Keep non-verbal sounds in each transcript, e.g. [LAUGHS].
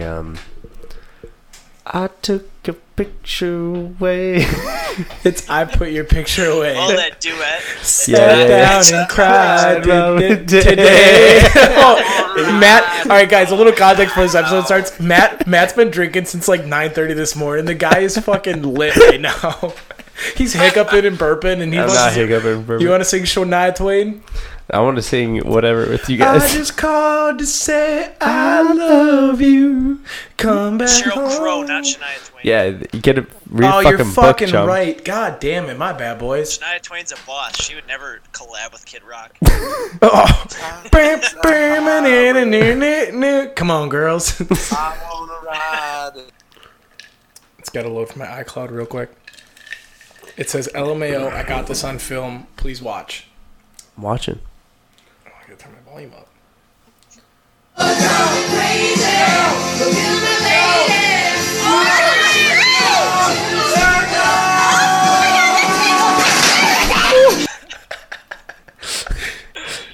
um, I took a picture [LAUGHS] away. It's I put your picture away. All that duet. Yeah. Sat down and cried Love did- today. today. [LAUGHS] Oh, [LAUGHS] Matt, all right, guys. A little context for this episode starts. Matt, Matt's been drinking since like 9:30 this morning. The guy is fucking lit right now. [LAUGHS] He's hiccuping and burping, and he's. I'm not hiccuping. You perfect. want to sing Shania Twain? I want to sing whatever with you guys. [LAUGHS] just called to say I love Mm-hmm. you. Come back Cheryl [LAUGHS] Crow, not Shania Twain. yeah, you get a read Oh, fucking you're book, fucking chump. right. God damn it, my bad boys. Shania Twain's a boss. She would never collab with Kid Rock. Oh. Bam, bam, and in, and in, and in. Come on, girls. Let's I wanna ride. gotta load from my iCloud real quick. It says LMAO. I got this on film. Please watch. I'm watching. Oh, I gotta turn my volume up.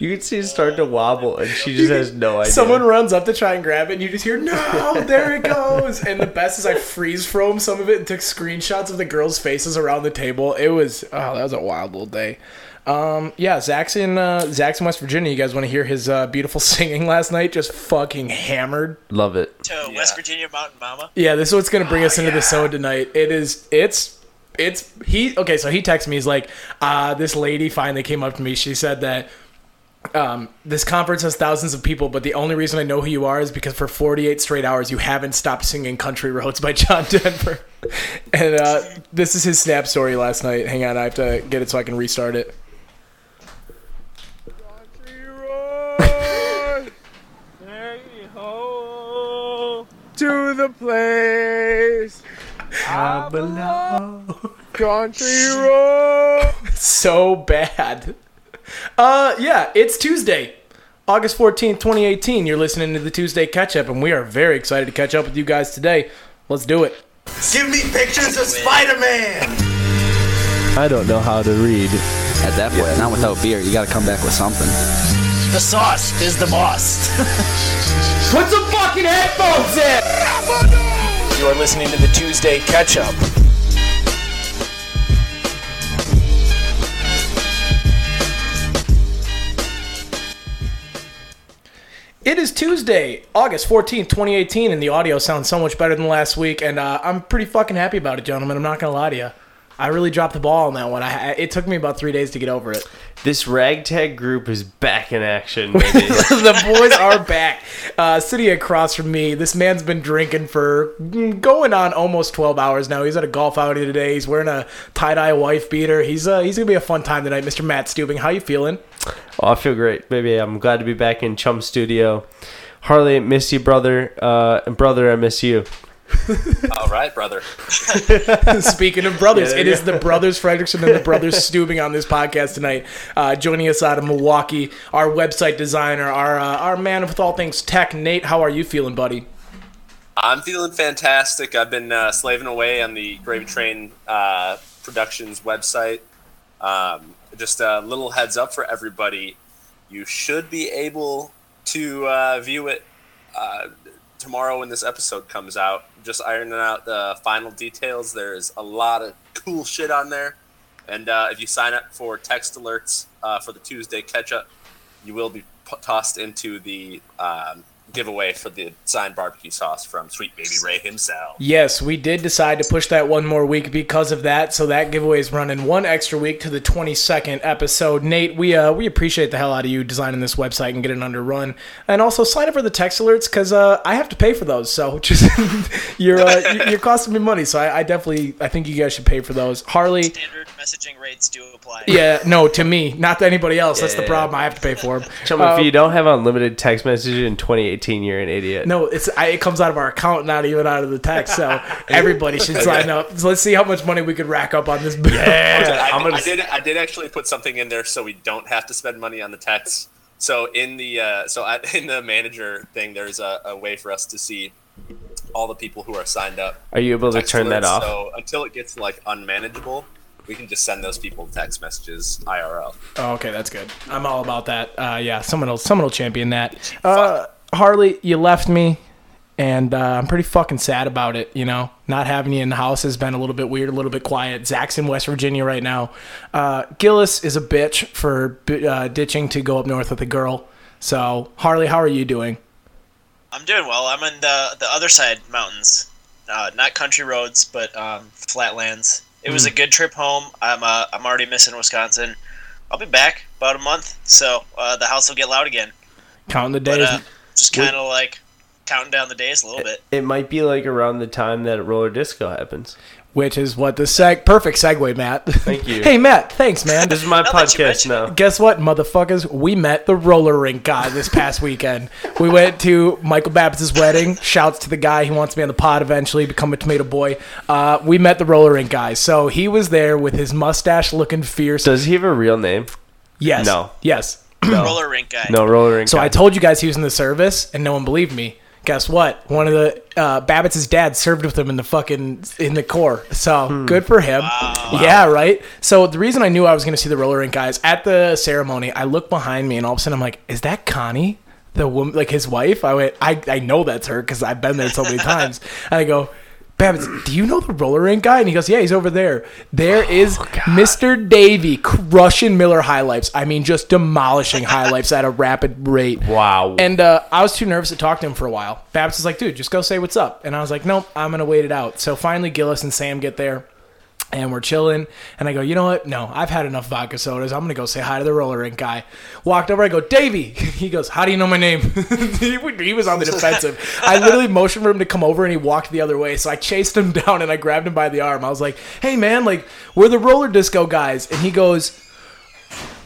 You can see it start to wobble, and she just has no idea. Someone runs up to try and grab it, and you just hear, "No, there it goes!" And the best is I freeze frame some of it and took screenshots of the girls' faces around the table. It was oh, that was a wild little day. Um, yeah, Zach's in uh, Zach's in West Virginia. You guys want to hear his uh, beautiful [LAUGHS] singing last night? Just fucking hammered. love it. To West Virginia Mountain Mama. Yeah, this is what's gonna bring us into the show tonight. It is it's it's he okay, so he texts me, he's like, uh, this lady finally came up to me. She said that um, this conference has thousands of people, but the only reason I know who you are is because for 48 straight hours you haven't stopped singing Country Roads by [LAUGHS] John Denver. and uh, this is his snap story last night. Hang on, I have to get it so I can restart it. to the place. I belong. Country road. so bad. Uh, yeah, it's Tuesday, August 14th, 2018. You're listening to the Tuesday Catch Up, and we are very excited to catch up with you guys today. Let's do it. Give me pictures of Spider Man! I don't know how to read. At that point, not without beer. You got to come back with something. The sauce is the boss. Put some fucking headphones in! You are listening to the Tuesday catch up. It is Tuesday, August 14th, 2018, and the audio sounds so much better than last week, and uh, I'm pretty fucking happy about it, gentlemen. I'm not gonna lie to you. I really dropped the ball on that one. I, I- it took me about three days to get over it. This ragtag group is back in [LAUGHS] action. baby. [LAUGHS] the boys are back. Uh, sitting across from me, this man's been drinking for mm, going on almost 12 hours now. He's at a golf outing today. He's wearing a tie-dye wife beater. He's uh, he's gonna be a fun time tonight, Mr. Matt Steubing. How you feeling? [LAUGHS] Oh, I feel great, baby. I'm glad to be back in Chum Studio. Harley, I miss you, brother. Uh, and brother, I miss you. All right, brother. Speaking of brothers, Yeah, there it you is the brothers Fredrickson and the [LAUGHS] brothers Steubing on this podcast tonight. Uh, joining us out of Milwaukee, our website designer, our uh, our man with all things tech, Nate. How are you feeling, buddy? I'm feeling fantastic. I've been uh, slaving away on the Gravy Train uh, Productions website. Um, just a little heads up for everybody: you should be able to uh, view it uh, tomorrow when this episode comes out. Just ironing out the final details. There's a lot of cool shit on there, and uh, if you sign up for text alerts uh, for the Tuesday catch up, you will be p- tossed into the um, giveaway for the signed barbecue sauce from Sweet Baby Ray himself. Yes, we did decide to push that one more week because of that. So that giveaway is running one extra week to the 22nd episode. Nate, we uh, we appreciate the hell out of you designing this website and getting it under run. And also sign up for the text alerts because uh, I have to pay for those. So [LAUGHS] just you're uh, you- you're costing me money. So I, I definitely I think you guys should pay for those. Harley, Standard messaging rates do apply. yeah, no, to me, not to anybody else. That's the Yeah. problem. I have to pay for them. Chum, if you don't have unlimited text messages in 2018, you're an idiot. No, it's I, it comes out of our account, not even out of the text. [LAUGHS] So everybody should sign up. So let's see how much money we could rack up on this bill. [LAUGHS] I, I'm gonna I did. I did actually put something in there so we don't have to spend money on the text. So in the uh, so I, [LAUGHS] in the manager thing, there's a, a way for us to see all the people who are signed up. Are you able to text turn that alerts. off? So until it gets like unmanageable, we can just send those people text messages IRL. Oh, okay, that's good. I'm all about that. Uh, yeah, someone will someone will champion that. Uh, Harley, you left me. and uh, I'm pretty fucking sad about it. You know, not having you in the house has been a little bit weird, a little bit quiet. Zach's in West Virginia right now. Uh, Gillis is a bitch for uh, ditching to go up north with a girl. So Harley, how are you doing? I'm doing well. I'm in the the other side mountains, uh, not country roads, but um, flatlands. It Mm. was a good trip home. I'm uh, I'm already missing Wisconsin. I'll be back about a month, so uh, the house will get loud again. Counting the But days. uh, just kind of like counting down the days a little bit. It might be like around the time that roller disco happens. which is what the seg perfect segue, Matt. Thank you. [LAUGHS] hey, Matt. Thanks, man. This is my Now that you podcast mention now. Guess what, motherfuckers? We met the roller rink guy this past weekend. We went to Michael Babbitts' wedding. Shouts to the guy. He wants to be on the pod eventually, become a tomato boy. Uh, we met the roller rink guy. So he was there with his mustache looking fierce. Does he have a real name? yes. No. Yes. Roller rink guy. No, roller rink. So guy. I told you guys he was in the service, and no one believed me. Guess what? One of the uh, Babbitts' dad served with him in the fucking in the corps. So good for him. Yeah, right. So the reason I knew I was going to see the roller rink guys at the ceremony, I look behind me, and all of a sudden I'm like, "Is that Connie?" The woman, like his wife, I went. I, I know that's her because I've been there so many times. And I go, Babbitt, do you know the roller rink guy? And he goes, Yeah, he's over there. There is Mr. Davey crushing Miller High Lifes. I mean, just demolishing High Lifes at a rapid rate. Wow. And uh, I was too nervous to talk to him for a while. Babbitt was like, Dude, just go say what's up. And I was like, Nope, I'm going to wait it out. So finally, Gillis and Sam get there and we're chilling. And I go, you know what? No, I've had enough vodka sodas. I'm gonna go say hi to the roller rink guy. Walked over. I go, Davey. [LAUGHS] He goes, how do you know my name? [LAUGHS] he, would- he was on the defensive. I literally motioned for him to come over, and he walked the other way. So I chased him [LAUGHS] down, and I grabbed him by the arm. I was like, hey man, like we're the roller disco guys. And he goes.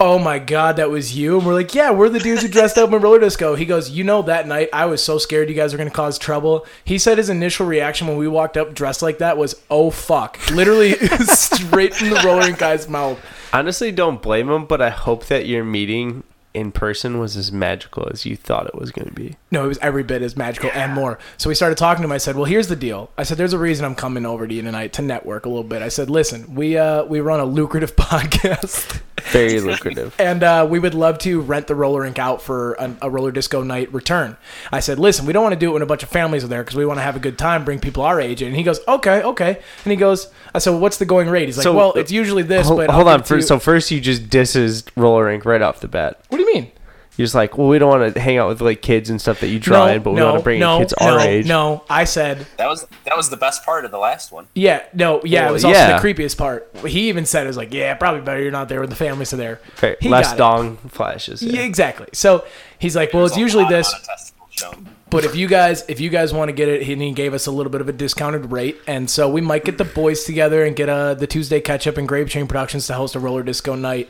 Oh my god, that was you? And we're like, yeah, we're the dudes who dressed up in roller disco. He goes, you know, that night I was so scared you guys were gonna cause trouble. He said his initial reaction when we walked up dressed like that was, oh fuck, literally [LAUGHS] straight from the roller guy's mouth. Honestly, don't blame him, but I hope that your meeting in person was as magical as you thought it was going to be. No, it was every bit as magical and more. So we started talking to him. I said, "Well, here's the deal." I said, "There's a reason I'm coming over to you tonight to network a little bit." I said, "Listen, we uh, we run a lucrative [LAUGHS] podcast." [LAUGHS] Very lucrative. and uh, we would love to rent the roller rink out for an, a roller disco night return. I said, listen, we don't want to do it when a bunch of families are there because we want to have a good time, bring people our age in. And he goes, okay, okay. And he goes, I said, well, what's the going rate? He's like, So- well, it's usually this, Hold, but I'll hold give on. it to First, you." so first you just disses roller rink right off the bat. what do you mean? You're just like, well, we don't want to hang out with like kids and stuff that you draw in, but we want to bring in kids our no, age. No, I said, That was that was the best part of the last one. yeah, no, yeah. it Well, was also yeah. the creepiest part. He even said, it was like, yeah, probably better you're not there when the families are there. Okay, He less got it. dong flashes. Yeah, Yeah. exactly. So he's like, well, it's usually Lot- lot this. of testicles shown. But if you guys if you guys want to get it, he gave us a little bit of a discounted rate, and so we might get the boys together and get uh, the Tuesday catch up and Grave Chain Productions to host a roller disco night.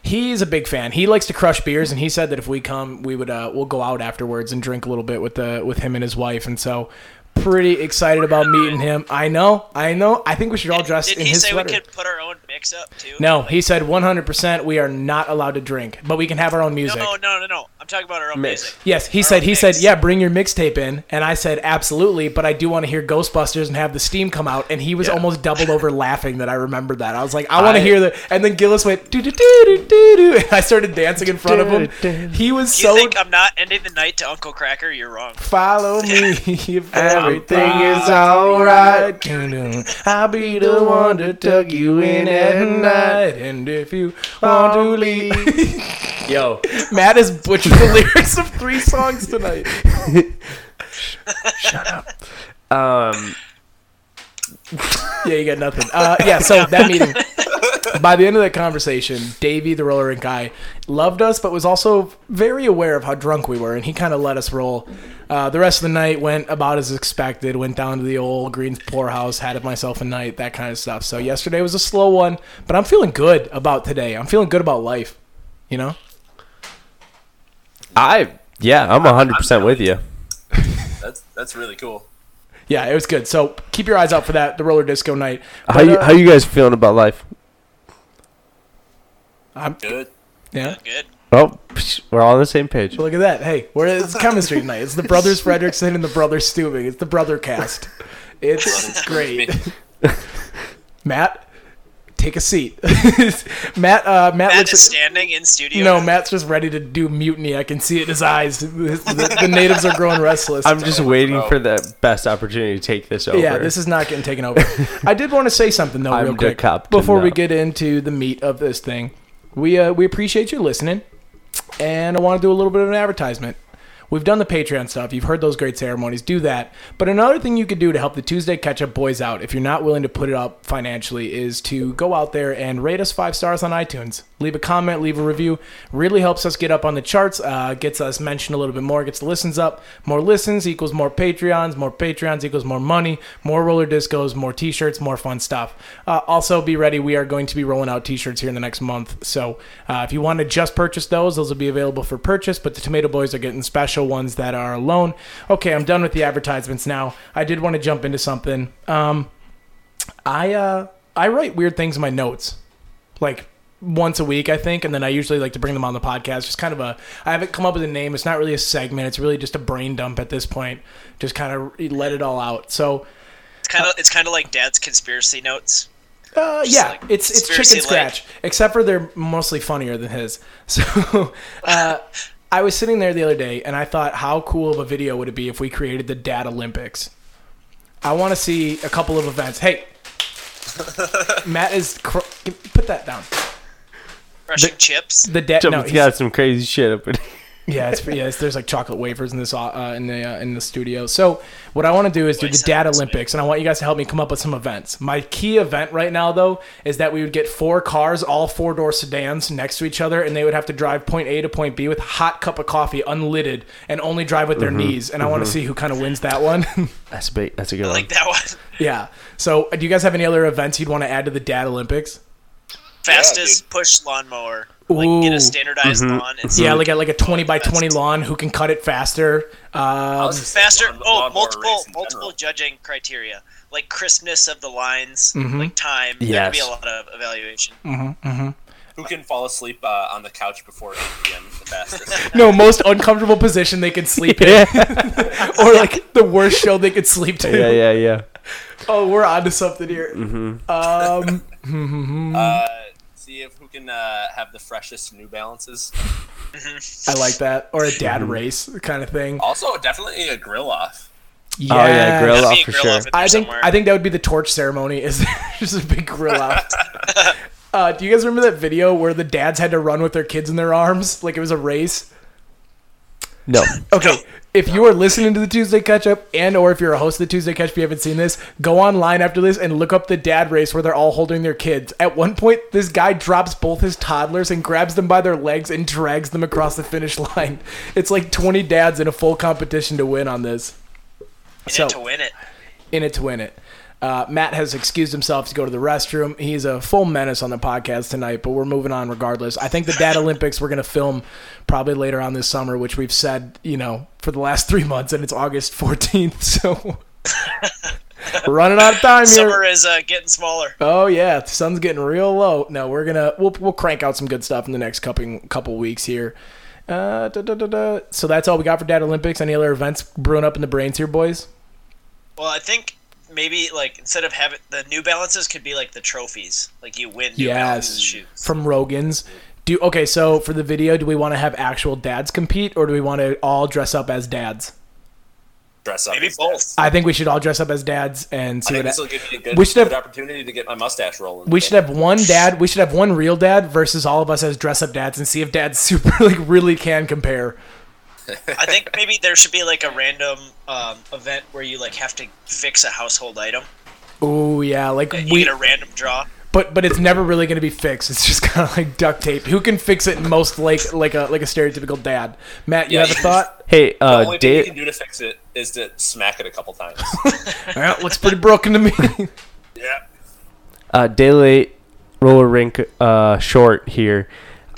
He's a big fan. He likes to crush beers, and he said that if we come, we would uh, we'll go out afterwards and drink a little bit with the with him and his wife, and so pretty excited about meeting him. I know, I know. I think we should all dress Did in he his say sweater. we could put our own mix up too? no, he said 100% we are not allowed to drink, but we can have our own music. No, no, no, no. I'm talking about our own Mix. music. Yes, he Our said. own He mix. said, "Yeah, bring your mixtape in," and I said, "Absolutely," but I do want to hear Ghostbusters and have the steam come out. And he was almost doubled [LAUGHS] over laughing that I remembered that. I was like, "I want to I- hear the." And then Gillis went doo doo doo doo doo doo, and [LAUGHS] I started dancing in front [LAUGHS] of him. He was Do you so think I'm not ending the night to Uncle Cracker? You're wrong. follow [LAUGHS] me. [LAUGHS] if Everything is alright. Doo doo. I'll be the one to tug you in at night, and if you want to leave, [LAUGHS] Yo, Matt is butchering the lyrics of three songs tonight. um, Yeah, you got nothing. Uh, yeah, so that meeting. By the end of that conversation, Davey, the roller rink guy, loved us, but was also very aware of how drunk we were, and he kind of let us roll. Uh, the rest of the night went about as expected. Went down to the old Greens Poor House, had it myself a night, that kind of stuff. So yesterday was a slow one, but I'm feeling good about today. I'm feeling good about life. You know, I yeah, I'm 100 percent with you. That's that's really cool. yeah, it was good. So keep your eyes out for that. The roller disco night. How But, you uh, how you guys feeling about life? Good. yeah. Good. Oh, psh, we're all on the same page. Look at that. Hey, we're it's chemistry tonight. It's the brothers Fredrickson and the brothers Stubing. It's the brother cast. It's great. Matt, take a seat. [LAUGHS] Matt, uh, Matt, Matt looks is at- standing in studio. no, Matt's just ready to do mutiny. I can see it in his eyes. The, the- the natives are growing restless. I'm just waiting for the best opportunity to take this over. Yeah, this is not getting [LAUGHS] taken over. I did want to say something though, I'm real the quick, captain before we now. get into the meat of this thing. We uh, we appreciate you listening, and I want to do a little bit of an advertisement. We've done the Patreon stuff. You've heard those great ceremonies. Do that. But another thing you could do to help the Tuesday Catch Up Boys out, if you're not willing to put it up financially, is to go out there and rate us five stars on iTunes. Leave a comment, leave a review. Really helps us get up on the charts, uh, gets us mentioned a little bit more, gets the listens up. More listens equals more Patreons. More Patreons equals more money. More roller discos, more t shirts, more fun stuff. Uh, also, be ready. We are going to be rolling out t shirts here in the next month. So uh, if you want to just purchase those, those will be available for purchase. But the Tomato Boys are getting special ones that are alone. Okay, I'm done with the advertisements now. I did want to jump into something. Um, I uh, I write weird things in my notes, like once a week I think, and then I usually like to bring them on the podcast. Just kind of a I haven't come up with a name. It's not really a segment. It's really just a brain dump at this point. Just kind of let it all out. So It's kind of it's kind of like Dad's conspiracy notes. Uh, yeah, like it's it's conspiracy chicken scratch, except for they're mostly funnier than his. [LAUGHS] So, uh, I was sitting there the other day, and I thought, how cool of a video would it be if we created the Dad Olympics? I want to see a couple of events. [LAUGHS] Hey, Matt is cr- give- put that down. Crushing chips. The dad, no, Jump's he's- got some crazy shit up in yeah, it's yeah, it's, there's like chocolate wafers in this uh, in the uh, in the studio. So what I want to do is do the Nice. Dad Olympics, and I want you guys to help me come up with some events. My key event right now though is that we would get four cars, all four door sedans, next to each other, and they would have to drive point A to point B with a hot cup of coffee, unlidded, and only drive with their knees. And I want to see who kind of wins that one. [LAUGHS] That's a big, that's a good I one. like that one. yeah. So uh, do you guys have any other events you'd want to add to the Dad Olympics? Fastest push lawnmower. Like get Ooh. Mm-hmm. a standardized lawn. And Yeah, like a, like a twenty by twenty lawn. Who can cut it faster? Um, faster. Lawn- Oh, lawnmower multiple race in multiple general. judging criteria, like crispness of the lines, Mm-hmm. like time. There'd be a Yes. lot of evaluation. Who can fall asleep uh, on the couch before 8 p.m. the fastest? No, most uncomfortable position they could sleep in, [LAUGHS] or like the worst show they could sleep [LAUGHS] to. Yeah, Mm-hmm. yeah, yeah. Oh, we're onto something here. Um, uh, see if who can uh, have the freshest New Balances. I like that, or a dad Mm-hmm. race kind of thing. Also, definitely a grill off. Yeah. Oh yeah, grill That'd off be a for grill sure. off in there I think somewhere. I think that would be the torch ceremony. Is [LAUGHS] just a big [LAUGHS] grill out. Uh, do you guys remember that video where the dads had to run with their kids in their arms, like it was a race? No, Okay. If you are listening to the Tuesday Catch Up and or if you're a host of the Tuesday Catch Up, you haven't seen this, go online after this and look up the dad race where they're all holding their kids. At one point, this guy drops both his toddlers and grabs them by their legs and drags them across the finish [LAUGHS] line. It's like 20 dads in a full competition to win on this, And so- to win it. in it to win it. Uh, Matt has excused himself to go to the restroom. He's a full menace on the podcast tonight, but we're moving on regardless. I think the Dad Olympics we're going to film probably later on this summer, which we've said, you know, for the last three months, and it's August 14th. [LAUGHS] So we're running out of time here. Summer is uh, getting smaller. Oh yeah, the sun's getting real low. No, we're gonna we'll we'll crank out some good stuff in the next couple couple weeks here. Uh, da, da, da, da. So that's all we got for Dad Olympics. Any other events brewing up in the brains here, boys? Well, I think maybe like instead of having the New Balances could be like the trophies. Like you win New Mm. Balances shoes. from Rogan's. Do okay. So for the video, do we want to have actual dads compete, or do we want to all dress up as dads? Dress up. Maybe as both. I think we should all dress up as dads and I see think what. this will give me a good, We should have- good opportunity to get my mustache rolling. we should have one dad. We should have one real dad versus all of us as dress up dads, and see if dads [LAUGHS] super like really can compare. I think maybe there should be like a random um, event where you like have to fix a household item. Oh yeah, like You we. get a random draw. But but it's never really going to be fixed. It's just [LAUGHS] kind of like duct tape. Who can fix it most like like a like a stereotypical dad? Matt, you Yeah, have a you thought? hey, The uh, only thing you Dave. can do to fix it is to smack it a [LAUGHS] couple times. Well, it looks pretty broken to me. [LAUGHS] yeah. uh, daily roller rink uh, short here.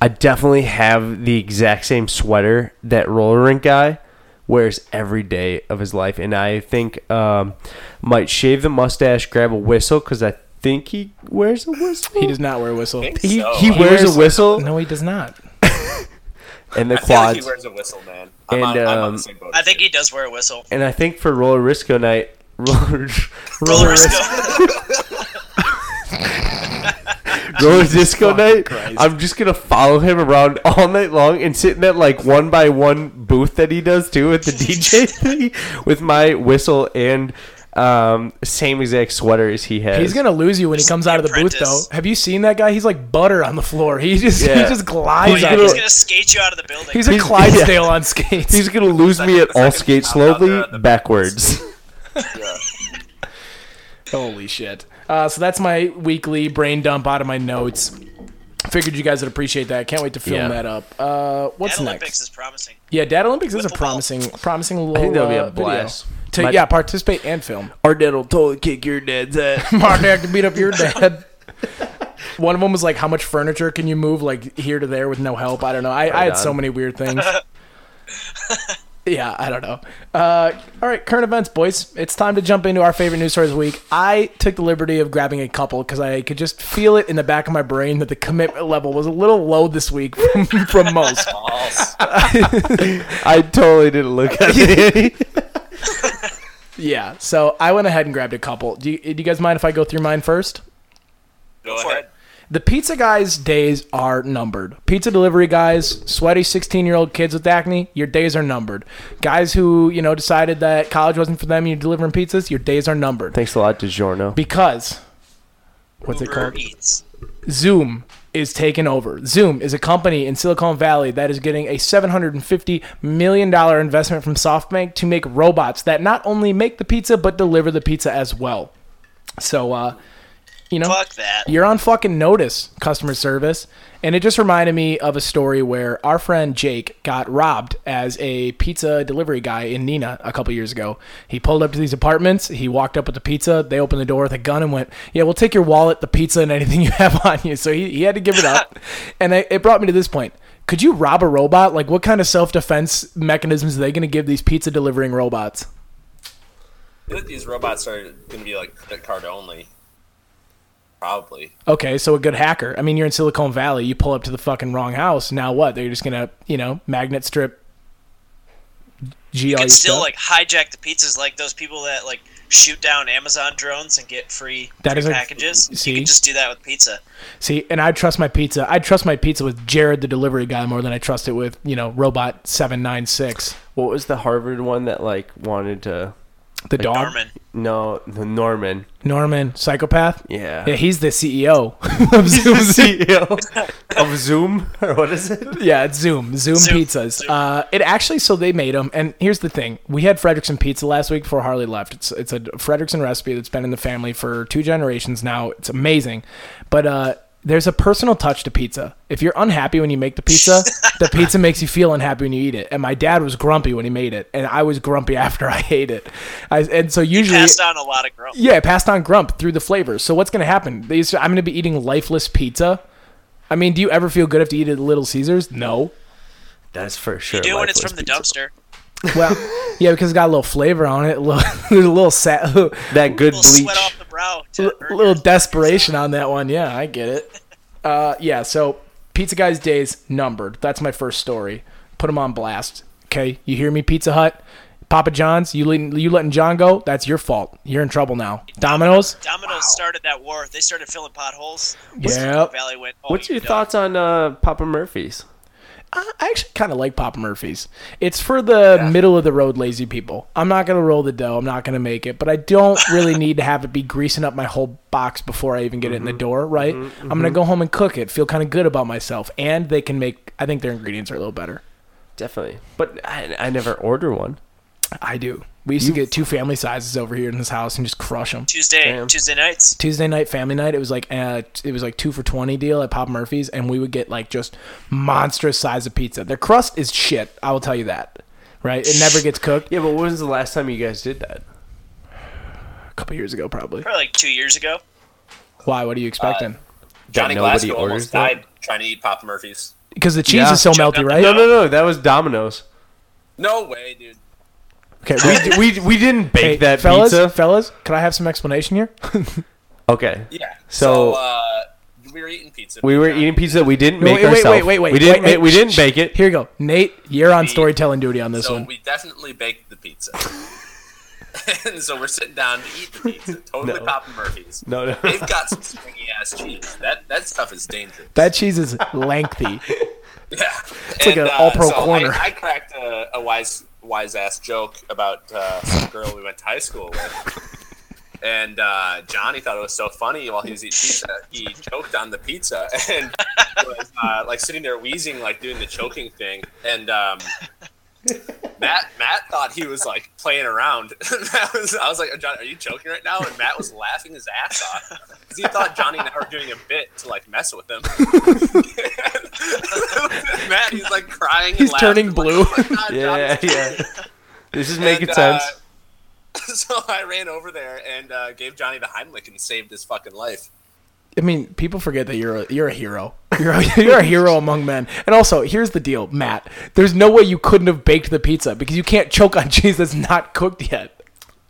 I definitely have the exact same sweater that roller rink guy wears every day of his life, and I think um, might shave the mustache, grab a whistle because I think he wears a whistle. he does not wear a whistle. He, So, he uh, wears a whistle No, he does not. and the I feel like he quads. wears a whistle, man. I'm, And, on, I'm on um, the same boat. I as think you. he does wear a whistle. and I think for roller risco night, [LAUGHS] roller, Roller roller, Risco. [LAUGHS] roller disco fucking night, Christ. I'm just gonna follow him around all night long and sit in that like one by one booth that he does too [LAUGHS] with the DJ thing with my whistle and um, same exact sweater as he has. He's gonna lose you when he comes out of the booth, though. Apprentice. Have you seen that guy? He's like butter on the floor. He just he Yeah. just Oh, glides. He's yeah, out gonna- [LAUGHS] he's of gonna skate you out of the building. He's a he's- Clydesdale on skates. He's gonna lose me at Second- all second skate time out slowly there at the backwards. [LAUGHS] Holy shit! Uh, so that's my weekly brain dump out of my notes. Figured you guys would appreciate that. Can't wait to film Yeah. that up. Uh, what's Dad Olympics next? is promising. Yeah, Dad Olympics is a Wiffle ball. promising, promising little. I think that'll be uh, a blast. video. To, My- yeah, participate and film. Our dad will totally kick your dad's [LAUGHS] ass. Mark I can beat up your dad. [LAUGHS] One of them was like, "How much furniture can you move like here to there with no help?" I don't know. I, I had so on. many weird things. yeah, I don't know. Uh, all right, current events, boys. It's time to jump into our favorite news stories of the week. I took the liberty of grabbing a couple because I could just feel it in the back of my brain that the commitment level was a little low this week from, [LAUGHS] from most. [LAUGHS] I totally didn't look [LAUGHS] at it. [LAUGHS] Yeah, so I went ahead and grabbed a couple. Do you, do you guys mind if I go through mine first? Go for ahead. The pizza guys' days are numbered. Pizza delivery guys, sweaty 16 year old kids with acne, your days are numbered. Guys who, you know, decided that college wasn't for them and you're delivering pizzas, your days are numbered. Thanks a lot, DiGiorno. Because, what's it Uber called? Eats. Zoom is taking over. Zoom is a company in Silicon Valley that is getting a $750 million investment from SoftBank to make robots that not only make the pizza, but deliver the pizza as well. So, uh, you know Fuck that. you're on fucking notice, customer service. And it just reminded me of a story where our friend Jake got robbed as a pizza delivery guy in Nina a couple years ago. He pulled up to these apartments, he walked up with the pizza, they opened the door with a gun and went, Yeah, we'll take your wallet, the pizza, and anything you [LAUGHS] have on you. So he, he had to give it up. and I, it brought me to this point. Could you rob a robot? Like, what kind of self defense mechanisms are they going to give these pizza delivering robots? I feel like these robots are going to be like credit card only. Probably. Okay, so a good hacker. I mean, you're in Silicon Valley. You pull up to the fucking wrong house. Now what? They're just gonna, you know, magnet strip. G all You your can still stuff? like hijack the pizzas like those people that like shoot down Amazon drones and get free, That free is a- packages. You see? can just do that with pizza. see. And I trust my pizza. I trust my pizza with Jared, the delivery guy, more than I trust it with you know robot seven nine six, What was the Harvard one that like wanted to? the dog Norman. No, the Norman. Norman, psychopath. Yeah. [LAUGHS] yeah, he's the CEO [LAUGHS] of Zoom. CEO E of Zoom or what is it? Yeah, it's Zoom. Zoom, Zoom. pizzas. Zoom. Uh, it actually, so they made them. And here's the thing: we had Frederickson pizza last week before Harley left. It's it's a Frederickson recipe that's been in the family for two generations now. It's amazing, but uh, there's a personal touch to pizza. If you're unhappy when you make the pizza, [LAUGHS] the pizza makes you feel unhappy when you eat it. And my dad was grumpy when he made it, and I was grumpy [LAUGHS] after I ate it. I, and so usually Passed on a lot of growth. yeah, it passed on grump through the flavors. So what's gonna happen? These I'm gonna be eating lifeless pizza. I mean, do you ever feel good after you eat at Little Caesars? No. That's for sure. Do it when it's lifeless from the pizza. dumpster. Well, yeah, because it's got a little flavor on it. [LAUGHS] A little, there's a little sa- [LAUGHS] a That good A little sweat bleach. off the brow. to earn little your- desperation on that one. Yeah, I get it. Uh, yeah, so Pizza Guy's days numbered. That's my first story. Put them on blast. Okay, you hear me, Pizza Hut, Papa John's. You letting you letting John go? That's your fault. You're in trouble now. Domino's. Domino's started that war. They started filling potholes. Yeah. Valley went. Oh, What's you your dumb. thoughts on uh, Papa Murphy's? I actually kind of like Papa Murphy's. It's for the middle of the road lazy people. I'm not going to roll the dough. I'm not going to make it, but I don't really need to have it be greasing up my whole box before I even get it in the door, right? I'm going to go home and cook it, feel kind of good about myself, and they can make I think their ingredients are a little better. Definitely, but I, I never order one. I do. We used to get two family sizes over here in this house and just crush them. Tuesday, Damn. Tuesday nights. Tuesday night family night. It was like uh, it was like two for twenty deal at Pop Murphy's, and we would get like just monstrous size of pizza. Their crust is shit. I will tell you that. Right? It never gets cooked. Yeah, but when was the last time you guys did that? A couple years ago, probably. Uh, Probably like two years ago. Why? What are you expecting? Johnny nobody Glasgow orders almost that? died trying to eat Papa Murphy's. Because the cheese Yeah. is so melty, up right? No, no, no. That was [LAUGHS] Domino's. No way, dude. Okay, we, We we, we didn't bake hey, that fellas, pizza. fellas, could I have some explanation [LAUGHS] here? Okay, Yeah. So- So, uh, we were eating pizza. we were Johnny. eating pizza. We didn't Wait, make wait, wait, ourselves. wait, wait, wait, We didn't. wait, ma- we wait. didn't bake it. Here you go, Nate. You're on We- storytelling duty on this So one. we definitely baked the pizza. [LAUGHS] and so we're sitting down to eat the pizza. Totally No. popping Murphy's. No, [LAUGHS] no. They've got some stringy ass cheese. That that stuff is dangerous. That cheese is [LAUGHS] lengthy. [LAUGHS] Yeah, it's like an all-pro uh, I- corner. I, cracked a, a wise wise ass joke about uh, some girl we went to high school with, and uh, Johnny thought it was so funny while he was eating pizza. He choked on the pizza [LAUGHS] and was uh, like sitting there wheezing, like doing the choking thing, and. Um, Matt Matt thought he was like playing around. [LAUGHS] Matt was, I was like, John, are you joking right now? And Matt was laughing his ass off because he thought Johnny and I were doing a bit to like mess with him. [LAUGHS] Matt, he's like crying. and He's laughing. turning Like, blue. "Oh my God, yeah, Johnny's yeah. This [LAUGHS] is and, making uh, sense. [LAUGHS] so I ran over there and uh, gave Johnny the Heimlich and saved his fucking life. [LAUGHS] I mean, people forget that you're a, you're a hero. You're a, [LAUGHS] you're a hero among men. And also, here's the deal, Matt. There's no way you couldn't have baked the pizza because you can't choke on [LAUGHS] cheese that's not cooked yet.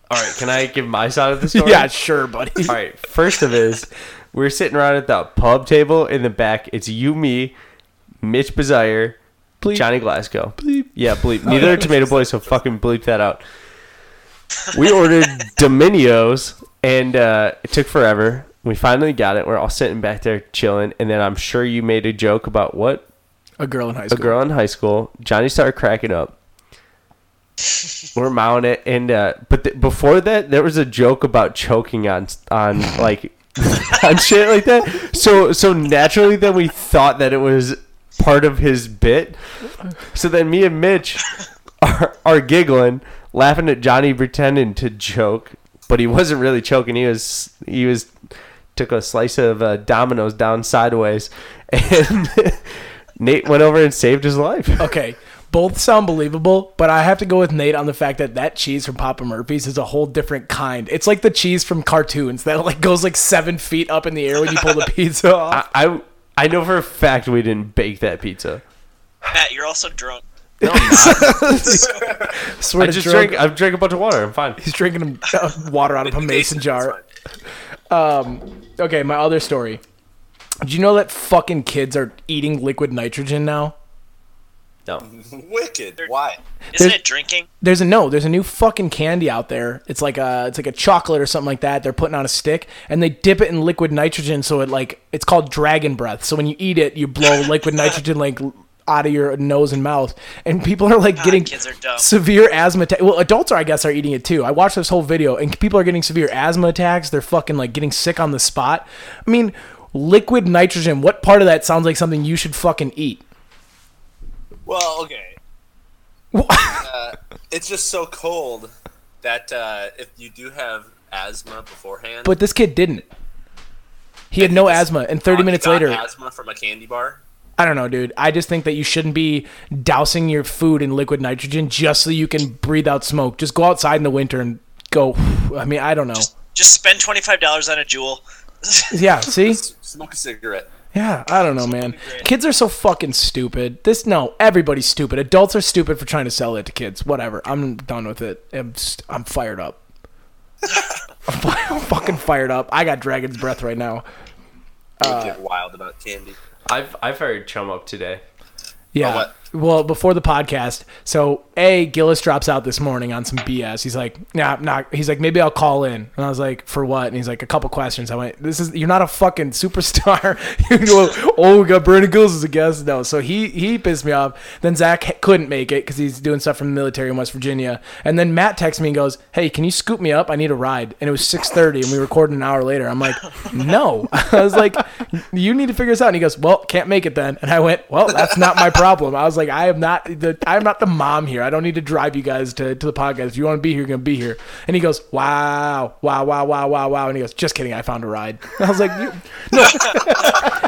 All right, can I give my side of [LAUGHS] the story? Yeah, sure, buddy. All right. First of is, we're sitting around at the pub table in the back. It's you, me, Mitch Bazire, Johnny Glasgow. Bleep. Yeah, bleep. Neither are tomato boys, so fucking bleep that out. We ordered Dominios, and uh, it took forever. We finally got it. We're all sitting back there chilling, and then I'm sure you made a joke about what [LAUGHS] A girl in high a school. girl in high school. Johnny started cracking [LAUGHS] up. We're mounting it, and uh, but th- before that, there was a joke about choking on on like [LAUGHS] on shit like that. So so naturally, then we thought that it was part of his bit. So then me and [LAUGHS] Mitch are, are giggling, laughing at Johnny pretending to joke, but he wasn't really choking. He was he was took a slice of uh, Domino's down sideways, [LAUGHS] and Nate went over and saved his life. Okay, both sound believable, but I have to go with Nate on the fact that that cheese from Papa Murphy's is a whole different kind. It's like the cheese from cartoons that like goes like seven feet up in the air when you [LAUGHS] pull the pizza off. I, I I know for a fact we didn't bake that pizza. Matt, you're also drunk. I swear I to just drunk- [LAUGHS] drank. I drank a bunch of water. I'm fine. He's drinking uh, water [LAUGHS] out of a mason It's jar. fine. Okay, my other story. Do you know that fucking kids are eating liquid nitrogen now? No. Wicked. Why? Isn't There's- it drinking? There's a no, there's a new fucking candy out there. It's like a it's like a chocolate or something like that. They're putting on a stick and they dip it in liquid nitrogen so it like it's called dragon breath. So when you eat it, you [LAUGHS] blow liquid nitrogen like l- out of your nose and mouth. And people are like getting kids are dumb. severe asthma atta- Well, adults are I guess are eating it too. I watched this whole video and people are getting severe asthma attacks. They're fucking like getting sick on the spot. I mean, liquid nitrogen, what part of that sounds like something you should fucking eat? Well, okay. uh, it's just so cold that uh, if you do have asthma beforehand, But this kid didn't. He had no asthma, and 30 Ron minutes got later, asthma from a candy bar. I don't know, dude. I just think that you shouldn't be dousing your food in liquid nitrogen just so you can breathe out smoke. Just go outside in the winter and go. [SIGHS] I mean, I don't know. Just spend twenty five dollars on a jewel. [LAUGHS] Yeah, see? Smoke a cigarette. Yeah, I don't know, man. Kids are so fucking stupid. This no, everybody's stupid. Adults are stupid for trying to sell it to kids. Whatever. I'm done with it. I'm st- I'm fired up. I'm, fi- I'm [LAUGHS] fucking fired up. I got dragon's breath right now. Uh, You get wild about candy. I've I've heard chum up today. Yeah. what? Well, before the podcast, so a Gillis drops out this morning on some BS. He's like, "Nah, I'm not." He's like, "Maybe I'll call in." And I was like, "For what?" And he's like, "A couple questions." I went, "This is you're not a fucking superstar." [LAUGHS] you go, "Oh, we got Brandon Gillis as a guest." No, so he he pissed me off. Then Zach h- couldn't make it because he's doing stuff from the military in West Virginia. And then Matt texts me and goes, "Hey, can you scoop me up? I need a ride." And it was 6:30, and we recorded an hour later. I'm like, "No," [LAUGHS] I was like, "You need to figure this out." And he goes, "Well, can't make it then." And I went, "Well, that's not my problem." I was like, "I am not the I'm not the mom here. I don't need to drive you guys to, to the podcast. If you want to be here, you're gonna be here." And he goes, "Wow, wow, wow, wow, wow, wow." And he goes, "Just kidding. I found a ride." [LAUGHS] I was like, you, "No."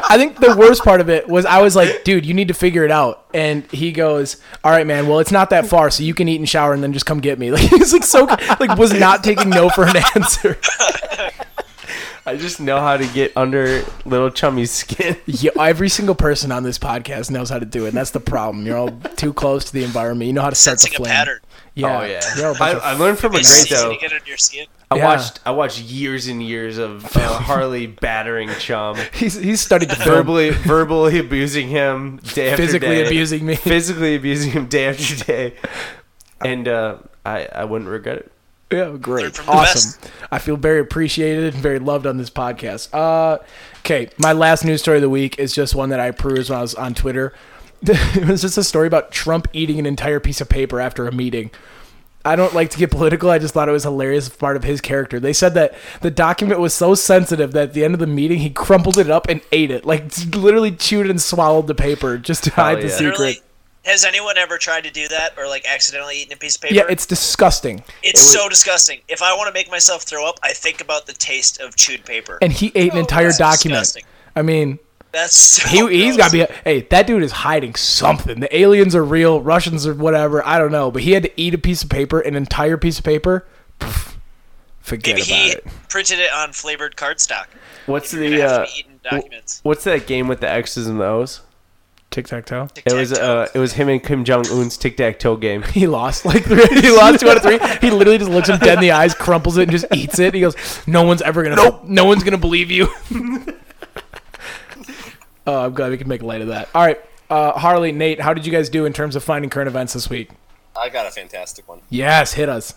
I think the worst part of it was I was like, dude, you need to figure it out. And he goes, all right, man. Well, it's not that far, so you can eat and shower and then just come get me. [LAUGHS] Like he was like so like was not taking no for an answer. [LAUGHS] I just know how to get under little chummy's skin. Yeah, every single person on this podcast knows how to do it. That's the problem. You're all too close to the environment. You know how to start Sensing the a flame. pattern. Yeah, Oh yeah. You're all a bunch I, of- I learned from a It's great easy though. to get under your skin. I Yeah. watched I watched years and years of uh, [LAUGHS] Harley battering chum, he's he's studied the verbal, verbally verbally abusing him day after physically day. abusing me. physically abusing him day after day, and uh, I I wouldn't regret it. Yeah, Learn great. from the Awesome. I feel very appreciated and very loved on this podcast. Uh, okay, my last news story of the week is just one that I perused when I was on Twitter. [LAUGHS] It was just a story about Trump eating an entire piece of paper after a meeting. I don't like to get [LAUGHS] political. I just thought it was hilarious as part of his character. They said that the document was so sensitive that at the end of the meeting, he crumpled it up and ate it. Like, [LAUGHS] literally chewed and swallowed the paper just to hide yeah. the secret. Literally, has anyone ever tried to do that or like accidentally eaten a piece of paper? Yeah, it's disgusting. It's so disgusting. If I want to make myself throw up, I think about the taste of chewed paper. And he ate an entire Oh, that's document. disgusting. I mean, That's so he, he's gross. got to be. Hey, that dude is hiding something. The aliens are real, Russians or whatever. I don't know, but he had to eat a piece of paper, an entire piece of paper. Pff, forget Maybe about he it. printed it on flavored cardstock. What's You're the gonna uh, have to be eating documents. what's that game with the X's and the O's? Tic tac toe. It was uh, it was him and Kim Jong Un's tic tac toe [LAUGHS] game. He lost like three. He lost two out of three. He literally just looks him dead in the eyes, crumples it, and just eats it. He goes, "No one's ever gonna. Nope. No one's gonna believe you." [LAUGHS] oh, I'm glad we can make light of that. All right, uh, Harley, Nate, how did you guys do in terms of finding current events this week? I got a fantastic one. Yes, hit us.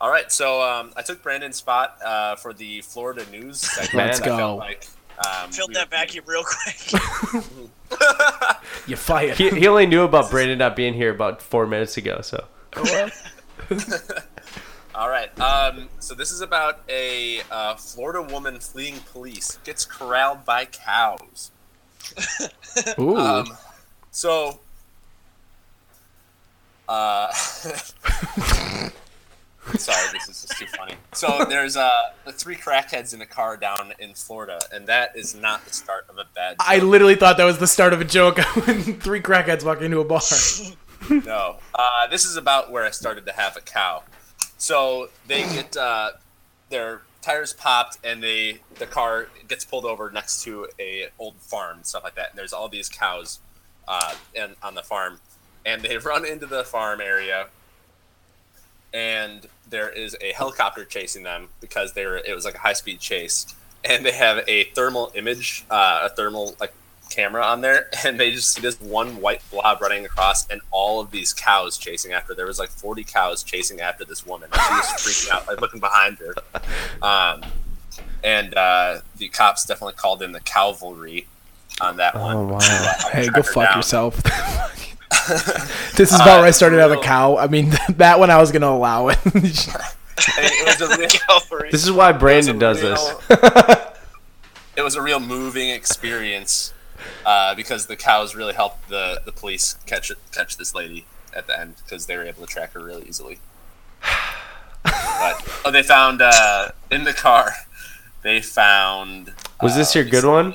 All right, so um, I took Brandon's spot uh, for the Florida [LAUGHS] news segment. Let's I felt go. like, um, Filled we that would vacuum real quick. [LAUGHS] You fire. He, he only knew about Brandon not being here about four minutes ago. So All right. Um, so this is about a uh, Florida woman fleeing police gets corralled by cows. Ooh. So, uh, [LAUGHS] sorry, this is just too funny. So there's uh, three crackheads in a car down in Florida, and that is not the start of a bad. I literally thought that was the start of a joke [LAUGHS] when three crackheads walk into a bar. no. Uh, this is about where I started to have a cow. So they get uh, their tires popped, and they the car gets pulled over next to a old farm and stuff like that. And there's all these cows uh, and on the farm, and they [LAUGHS] run into the farm area, and there is a helicopter chasing them because they were it was like a high speed chase, and they have a thermal image, uh, a thermal like camera on there, [LAUGHS] and they just see this one white blob running across, and all of these cows chasing after. There was like forty cows chasing after this woman. and She was freaking out, like looking behind her. Um, and uh, the cops definitely called in the cavalry on that one. wow. [LAUGHS] Hey, go fuck down. [LAUGHS] yourself. [LAUGHS] this is about Uh, where I started out a real- cow. I mean, [LAUGHS] that one I was gonna allow it. [LAUGHS] And it was a real- Calvary. this is why [LAUGHS] Brandon does this. [LAUGHS] it was a real moving experience uh, because the cows really helped the, the police catch catch this lady at the end because they were able to track her really [SIGHS] easily. But oh, they found uh, in the car. They found Was this uh, your good one?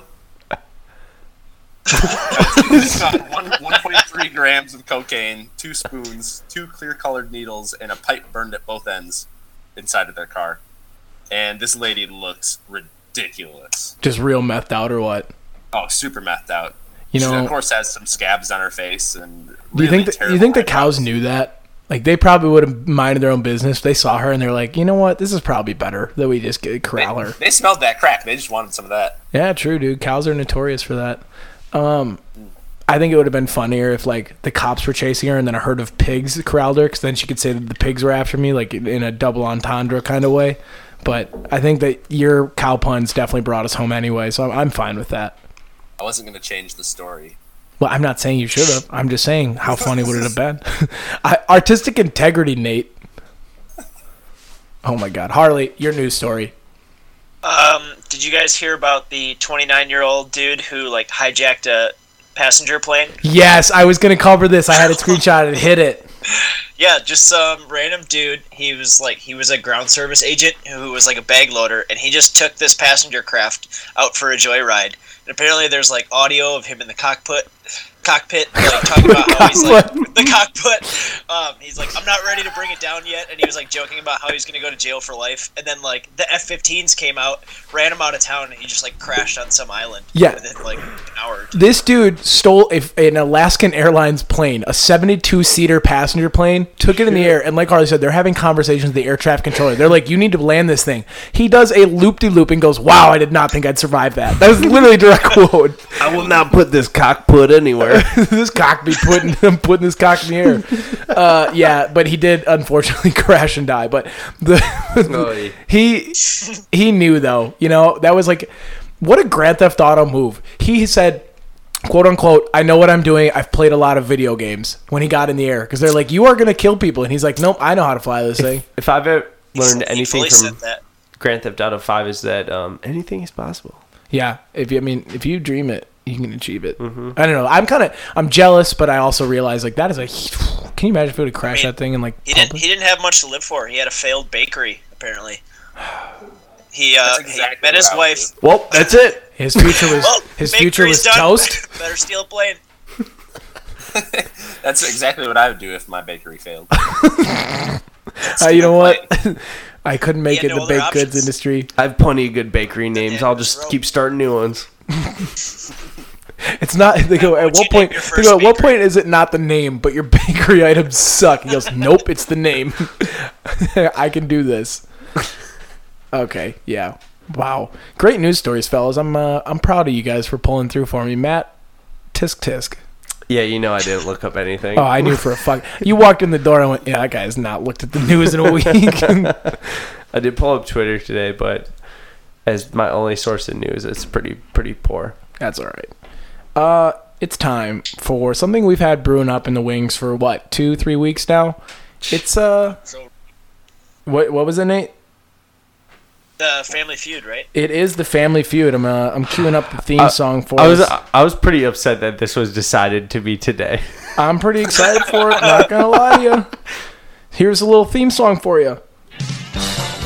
one one point three grams of cocaine, two spoons, two clear colored needles, and a pipe burned at both ends inside of their car. And this lady looks ridiculous. Just real methed out or what? Oh, super methed out. You she know, of course has some scabs on her face and do you really think the, terrible you think the eyebrows. cows knew that? Like they probably would have minded their own business. They saw her and they're like, you know what? This is probably better that we just get corral her. They smelled that crack. They just wanted some of that. Yeah, true, dude. Cows are notorious for that. Um, I think it would have been funnier if like the cops were chasing her and then a herd of pigs corralled her, because then she could say that the pigs were after me, like in a double entendre kind of way. But I think that your cow puns definitely brought us home anyway, so I'm, I'm fine with that. I wasn't going to change the story. Well, I'm not saying you should have. I'm just saying how funny would it have been? [LAUGHS] I, artistic integrity, Nate. Oh my God, Harley, your news story. Um, did you guys hear about the 29 year old dude who like hijacked a passenger plane? Yes, I was gonna cover this. I had it screenshot and hit it. Yeah, just some random dude. He was like, he was a ground service agent who was like a bag loader, and he just took this passenger craft out for a joyride. And apparently, there's like audio of him in the cockpit, cockpit, like talking about how he's like the cockpit. Um, he's like, I'm not ready to bring it down yet, and he was like joking about how he's gonna go to jail for life. And then like the F-15s came out, ran him out of town, and he just like crashed on some island. Yeah. within like an hour. This dude stole a, an Alaskan Airlines plane, a 72 seater passenger plane, took it in the air, and like Harley said, they're having conversations with the air traffic controller. They're like, you need to land this thing. He does a loop de loop and goes, wow, I did not think I'd survive that. That was literally direct [LAUGHS] quote. I will not put this cockput anywhere. [LAUGHS] this cock be putting, [LAUGHS] I'm putting this cock in the air. Uh, yeah, but he did unfortunately [LAUGHS] crash and die. But the [LAUGHS] he he knew though. You know that was like what a Grand Theft Auto move. He said. "Quote unquote," I know what I'm doing. I've played a lot of video games. When he got in the air, because they're like, "You are gonna kill people," and he's like, "Nope, I know how to fly this thing." If I've ever learned He anything fully from said that. Grand Theft Auto Five is that um, anything is possible. Yeah, if you, I mean, if you dream it, you can achieve it. I don't know. I'm kind of I'm jealous, but I also realize like that is a. [SIGHS] hu- Can you imagine if we would have crashed mean, that thing and like He didn't. public- He didn't have much to live for. He had a failed bakery, apparently. He, uh, That's exactly he met his what I would wife. Well, that's it. his future was Well, [LAUGHS] his future bakery's was done. [LAUGHS] toast? Better steal a plane. That's exactly what I would do if my bakery failed. Uh, you know what? [LAUGHS] I couldn't make it had in no the other baked goods options. industry. I have plenty of good bakery names. I'll just keep starting new ones. It's not. They [LAUGHS] go. At What'd you what name point? your They first go. At what bakery?" point is it not the name, but your [LAUGHS] bakery items suck? He goes. Nope, it's the name. [LAUGHS] I can do this. Okay. Yeah. Wow. Great news stories, fellas. I'm uh, I'm proud of you guys for pulling through for me, Matt. Tisk tisk. Yeah, you know I didn't look up anything. Oh, I knew for a fuck. You walked in the door and went, "Yeah, that guy's not looked at the news in a week." [LAUGHS] [LAUGHS] I did pull up Twitter today, but as my only source of news, it's pretty pretty poor. That's all right. Uh, it's time for something we've had brewing up in the wings for what two, three weeks now. It's uh, what what was it, Nate? The Family Feud, right? It is the Family Feud. I'm uh, I'm queuing up the theme song for I was uh, us. I was pretty upset that this was decided to be today. I'm pretty excited for it. Not gonna lie to you. Here's a little theme song for you. [LAUGHS]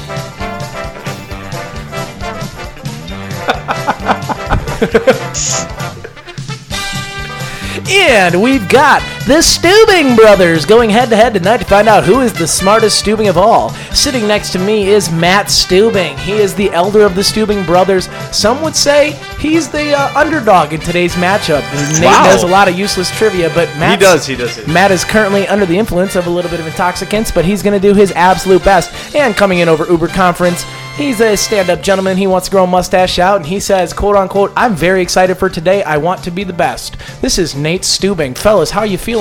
and we've got the Stubing brothers going head to head tonight to find out who is the smartest Stubing of all. Sitting next to me is Matt Stubing. He is the elder of the Stubing brothers. Some would say he's the uh, underdog in today's matchup. Nate knows a lot of useless trivia, but Matt He does it. Matt is currently under the influence of a little bit of intoxicants, but he's going to do his absolute best. And coming in over Uber conference, he's a stand up gentleman. He wants to grow a mustache out, and he says, quote unquote, I'm very excited for today. I want to be the best. This is Nate Stubing. Fellas, how you feeling?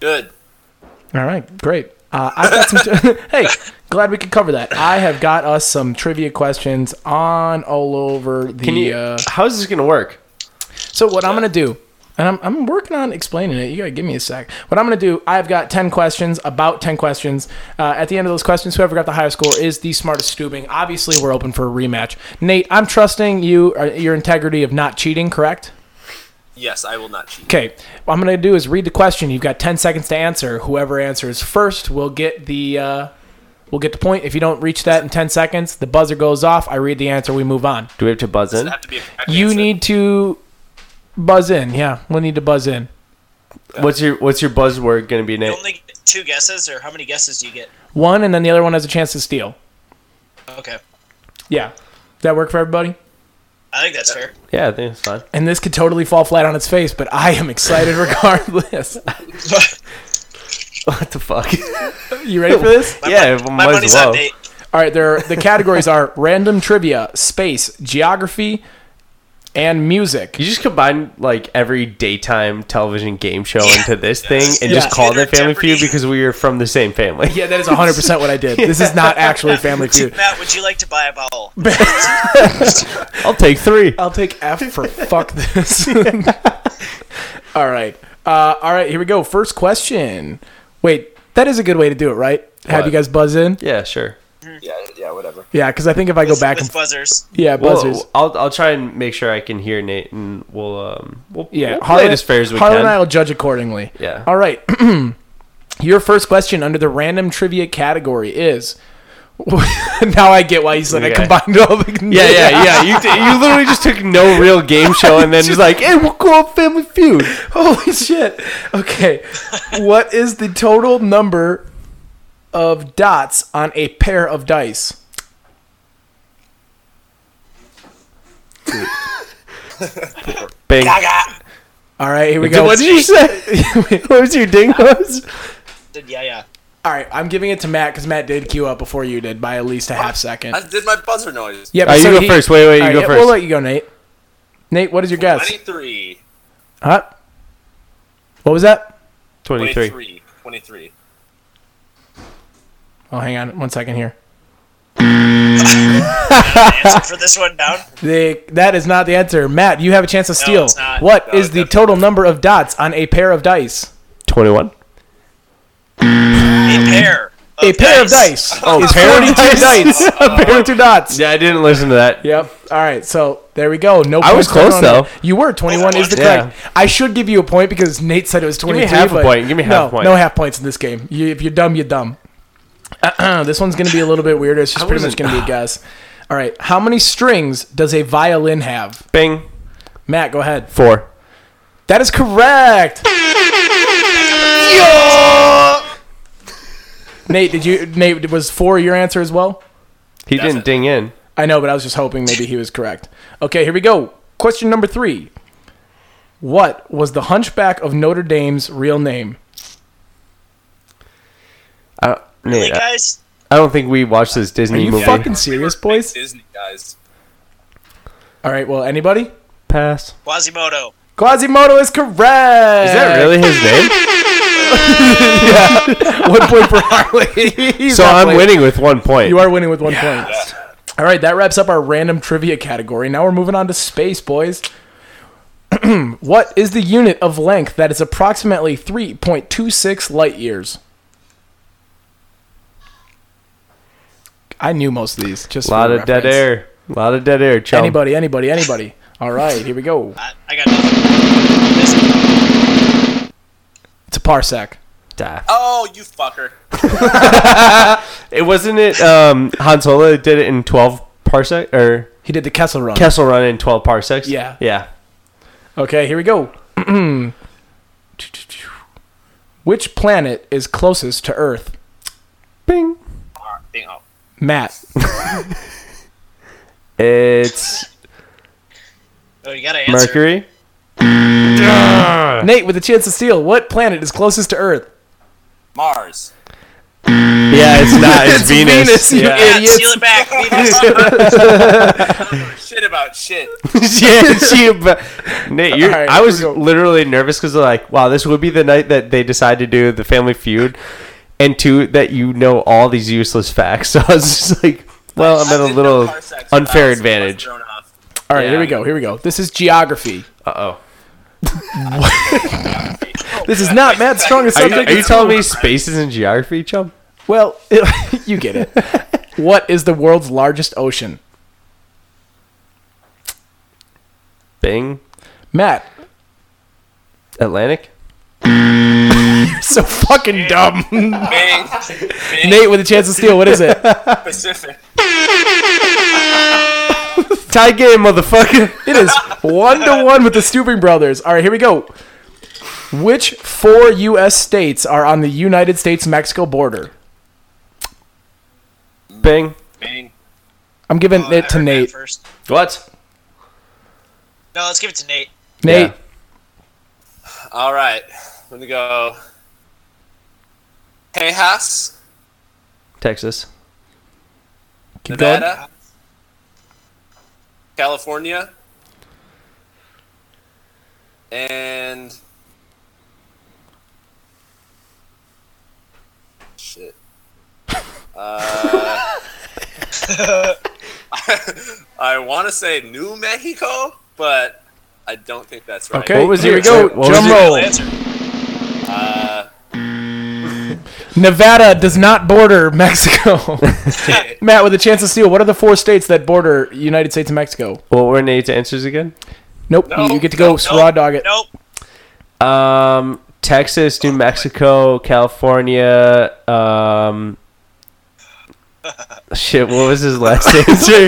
Good. All right, great. Uh, I've got some. [LAUGHS] hey, glad we could cover that. I have got us some trivia questions on all over the. Can you? uh, how is this gonna work? So what I'm gonna do, and I'm, I'm working on explaining it. You gotta give me a sec. What I'm gonna do, I've got ten questions, about ten questions. Uh, at the end of those questions, whoever got the highest score is the smartest stooping. Obviously, we're open for a rematch. Nate, I'm trusting you, uh, your integrity of not cheating. Correct? Yes, I will not cheat. Okay. What I'm gonna do is read the question. You've got ten seconds to answer. Whoever answers first will get the. Uh, We'll get the point. If you don't reach that in 10 seconds, the buzzer goes off. I read the answer. We move on. Do we have to buzz in? I have to be a correct You answer. need to buzz in. Yeah, we'll need to buzz in. What's your What's your buzzword gonna be, You Nate? only get two guesses, or how many guesses do you get? one, and then the other one has a chance to steal. Okay, Yeah. Does that work for everybody? I think that's fair. Yeah, I think it's fine. [LAUGHS] And this could totally fall flat on its face, but I am excited [LAUGHS] regardless. What the fuck? you ready for this? yeah, mon- might as well. Nate. All right, there the categories are random trivia, space, geography, and music. You just combine like every daytime television game show into this thing and Yeah. just call it Consider Family Jeopardy. Feud because we are from the same family. Yeah, that is 100% what I did. This is not actually Family Feud. Matt, would you like to buy [LAUGHS] a vowel? [LAUGHS] I'll take three. I'll take F for fuck this. [LAUGHS] all right. Uh, all right, here we go. First question. Wait, that is a good way to do it, right? Have What? you guys buzz in? Yeah, sure. Yeah, yeah, whatever. Yeah, because I think if I go With- back with and buzzers. yeah, Well, buzzers. I'll I'll try and make sure I can hear Nate, and we'll um we'll Yeah, we'll play Harlan, it as fair as we Harlan can. and I will judge accordingly. Yeah. All right. [CLEARS THROAT] Your first question under the random trivia category is. [LAUGHS] now I get why you said I Okay. combined all the. yeah, [LAUGHS] yeah, yeah. You t- you literally just took no real game show and then just like, hey, we'll call it Family Feud. [LAUGHS] Holy shit. Okay. what is the total number of dots on a pair of dice? Bang. All right, here we go. What did you [LAUGHS] say? what was your dingos? Did- Yeah, yeah. All right, I'm giving it to Matt because Matt did queue up before you did by at least a half second. I did my buzzer noise. Yeah, All right, you go first. Wait, wait, you all go yeah, first. We'll let you go, Nate. Nate, what is your guess? 23. Huh? What was that? 23. 23. 23. Oh, hang on one second here. Answer for this one down. The, that is not the answer. Matt, you have a chance to steal. What it's is not. No, the definitely. total number of dots on a pair of dice? 21. A pair. Of Mm. a pair of dice. Oh, It's 42 dice. [LAUGHS] a pair of two dots. Yeah, I didn't listen to that. Yep. All right. So there we go. No. I was points close, for Conan. though. You were twenty-one. Is the Yeah. correct? I should give you a point because Nate said it was me twenty-three. half a but point. Give me half no, a point. No half points in this game. You, if you're dumb, you're dumb. [CLEARS THROAT] this one's gonna be a little bit weirder. It's just pretty much wasn't- gonna [SIGHS] be a guess. All right. How many strings does a violin have? Bing. Matt, go ahead. 4. That is correct. Nate, did you? Nate, was four your answer as well? He didn't ding in. I know, but I was just hoping maybe he was correct. Okay, here we go. Question number three. What was the Hunchback of Notre Dame's real name? I don't, Really, Nate, I- guys? I don't think we watched this Are Disney you movie. fucking serious, boys? Disney guys. All right, well, anybody? Pass. Is Quasimodo. Quasimodo is correct. Is that really his name? one point for [LAUGHS] Harley? [LAUGHS] so I'm winning with one point. You are winning with one point. All right, that wraps up our random trivia category. Now we're moving on to space, boys. [CLEARS THROAT] what is the unit of length that is approximately 3.26 light years? I knew most of these. Just a lot for of dead reference. air. A lot of dead air, chum. Anybody, anybody, anybody. All right, here we go. I, I got nothing. This- It's a parsec. Die. Oh, you fucker. It wasn't it. Um, Han Solo did it in 12 parsec or He did the Kessel run. Kessel Run in 12 parsecs. Yeah. Yeah. Okay, here we go. [CLEARS THROAT] Which planet is closest to Earth? Bing. Bingo. Matt. It's Oh, you gotta answer. Mercury. Nate with a chance to steal. What planet is closest to Earth? Mars. Yeah, [LAUGHS] it's not. It's, Venus. Venus, you Yeah. God, idiots. steal it [LAUGHS] back. Venus. Shit about shit. [LAUGHS] yeah, she. but- Nate, you're, All right, I here was we go. literally nervous because like, wow, this would be the night that they decide to do the Family Feud, and two that you know all these useless facts. [LAUGHS] So I was just like, well, I'm I at a did little know parsecs, but I [LAUGHS] unfair was- I was advantage. Uh thrown off. All right, Yeah. here we go. Here we go. This is geography. oh. This is [LAUGHS] not Matt's strongest Are you, subject. are you telling me spaces and geography, chum? [LAUGHS] Well, [LAUGHS] you get it. What is the world's largest ocean? Bing. Matt, Atlantic. so fucking dumb. Bang. Nate with a chance to steal. What is it? Pacific. Tie game, motherfucker. It is one to one with the Stooping Brothers. All right, here we go. Which four U.S. states are on the United States Mexico border? [LAUGHS] Bing. Bang. I'm giving Oh, I it to heard that Nate. First. What? No, let's give it to Nate. Nate, Yeah. All right. Let me go. Tejas, Texas. keep going. Nevada, California, and shit. Uh, [LAUGHS] I want to say New Mexico, but I don't think that's right. Okay, What was your- here we go. what was Drum your- roll. Real answer. Nevada does not border [LAUGHS] Mexico. Matt, with a chance to steal, what are the four states that border United States and Mexico? What were Nate's answers again? Nope, you- you get to go Nope, straw nope, dog it. [LAUGHS] Nope. Um, Texas, New Mexico, California. [LAUGHS] Um, shit, what was his last [LAUGHS] answer?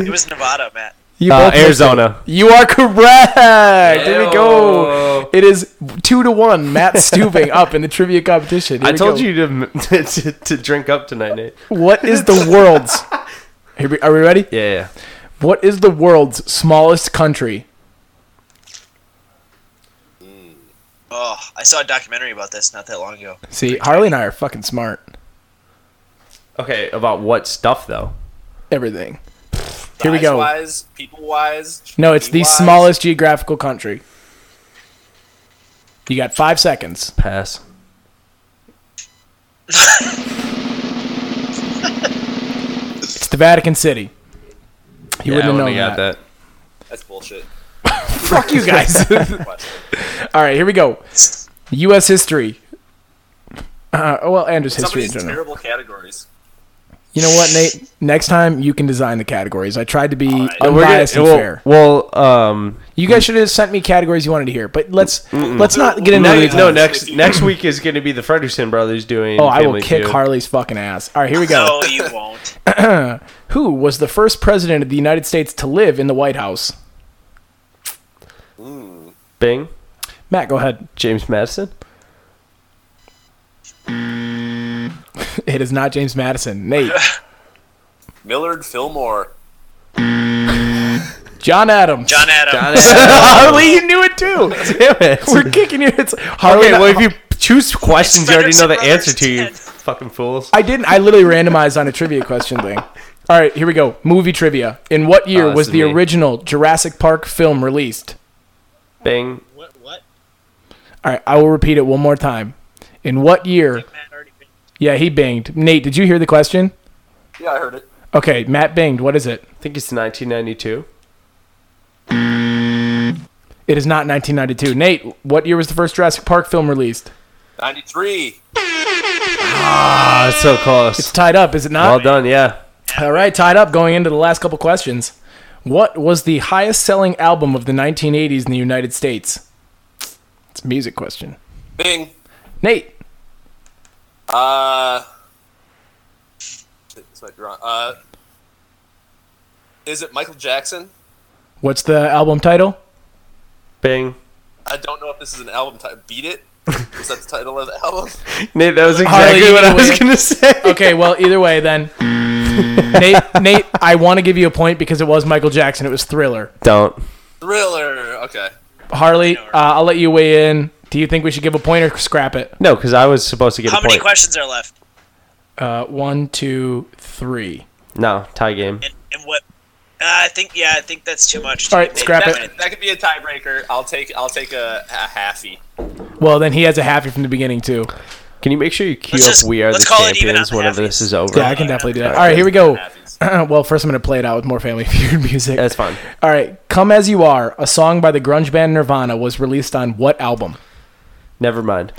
It was Nevada, Matt. You Uh, both missed Arizona. it. You are correct. There we go. It is two to one. Matt Stubing up in the trivia competition. Here I we told go. you to, [LAUGHS] to to drink up tonight, Nate. What is the world's? Here we, are we ready? Yeah, yeah. What is the world's smallest country? Oh, I saw a documentary about this not that long ago. See, Harley and I are fucking smart. Okay, about what stuff though? Everything. Here we go. Size-wise, people-wise. No, it's the GDP-wise. smallest geographical country. You got five seconds. Pass. It's the Vatican City. yeah, You I wouldn't know wouldn't have that. got that. That's bullshit. Fuck you [LAUGHS] guys. [LAUGHS] Question. All right, here we go. U.S. history. Uh, well, Andrew's Some of history in these general. terrible categories. You know what, Nate? Next time you can design the categories. I tried to be right. And we're unbiased gonna- and well, fair. Well, um, You guys should have sent me categories you wanted to hear, but let's let's not get into no, these. no, honestly, next if [CLEARS THROAT] you- next week is going to be the Fredrickson brothers doing. Oh, I will Family kick Feud. Harley's fucking ass. All right, here we go. No, you won't. Who was the first president of the United States to live in the White House? Bing, Matt, go ahead. [LAUGHS] James Madison. It is not James Madison. Nate, Millard Fillmore. John Adams. John Adams. Harley, you knew it [LAUGHS] too. [LAUGHS] Damn it. We're kicking your hits. Harley, okay, well, if you choose questions, you already know the Fredrickson answer to. You brothers. fucking fools. I didn't. I literally randomized on a trivia question thing. All right, here we go. Movie trivia. In what year Oh, this was is the me. original Jurassic Park film released? Bing. What? What? All right, I will repeat it one more time. In what year? Matt already been- Yeah, he binged. Nate, did you hear the question? Yeah, I heard it. Okay, Matt binged. What is it? I think it's 1992. It is not 1992. Nate, what year was the first Jurassic Park film released? 93. Ah, it's so close. It's tied up, is it well not? done, yeah. All right, tied up going into the last couple questions. What was the highest selling album of the 1980s in the United States? It's a music question. Bing. Nate, Uh, shit, this might be wrong. Uh, is it Michael Jackson? what's the album title? Bing. I don't know if this is an album type. Beat It? Is that the title of the [LAUGHS] album? Nate, that was Harley, exactly you what I win. was going to [LAUGHS] say. Okay, well, either [LAUGHS] way, then. Nate, Nate, I want to give you a point because it was Michael Jackson. It was Thriller. Don't. Thriller. Okay. Harley, uh, I'll let you weigh in. Do you think we should give a point or scrap it? No, because I was supposed to get How a many point. questions are left? Uh, one, two, three. no, tie game. And, and what? Uh, I think yeah, I think that's too much. All right, scrap it. That, that could be a tiebreaker. I'll take. I'll take a, a halfie. Well, then he has a happy from the beginning too. Can you make sure you cue Let's up just- "We Are the let's call it even Champions" on the whenever halfies. this is over? Yeah, I can definitely do that. All right, here we go. [CLEARS THROAT] well, first I'm gonna play it out with more Family [LAUGHS] Feud music. That's fine. All right, "Come as You Are," a song by the grunge band Nirvana, was released on what album? Never mind.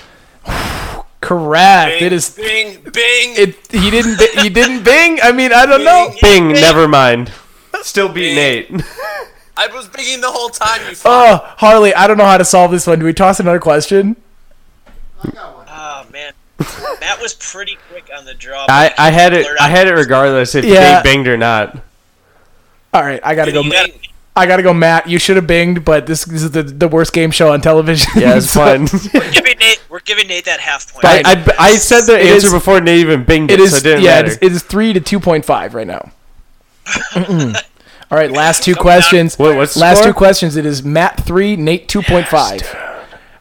Correct. Bing, it is. Bing. Bing. It. He didn't. bi- He didn't bing. I mean, I don't know. Bing. Never [LAUGHS] mind. Still beat Nate. I was binging the whole time. You. Oh, Harley, I don't know how to solve this one. Do we toss another question? Oh man, Matt was pretty quick on the draw. I, I had it. I had it regardless if Yeah. Nate binged or not. All right, I gotta go. You gotta- I gotta go, Matt. You should have binged, but this, this is the, the worst game show on television. Yeah, [LAUGHS] it's [LAUGHS] So- fine. We're giving Nate, we're giving Nate that half point. I, I, I said the It answer is- before Nate even binged it, It is so it didn't yeah, it matter. is, it is three to two point five right now. All right, last two questions. Wait, what's the last score? two questions? It is Matt three, Nate two point five.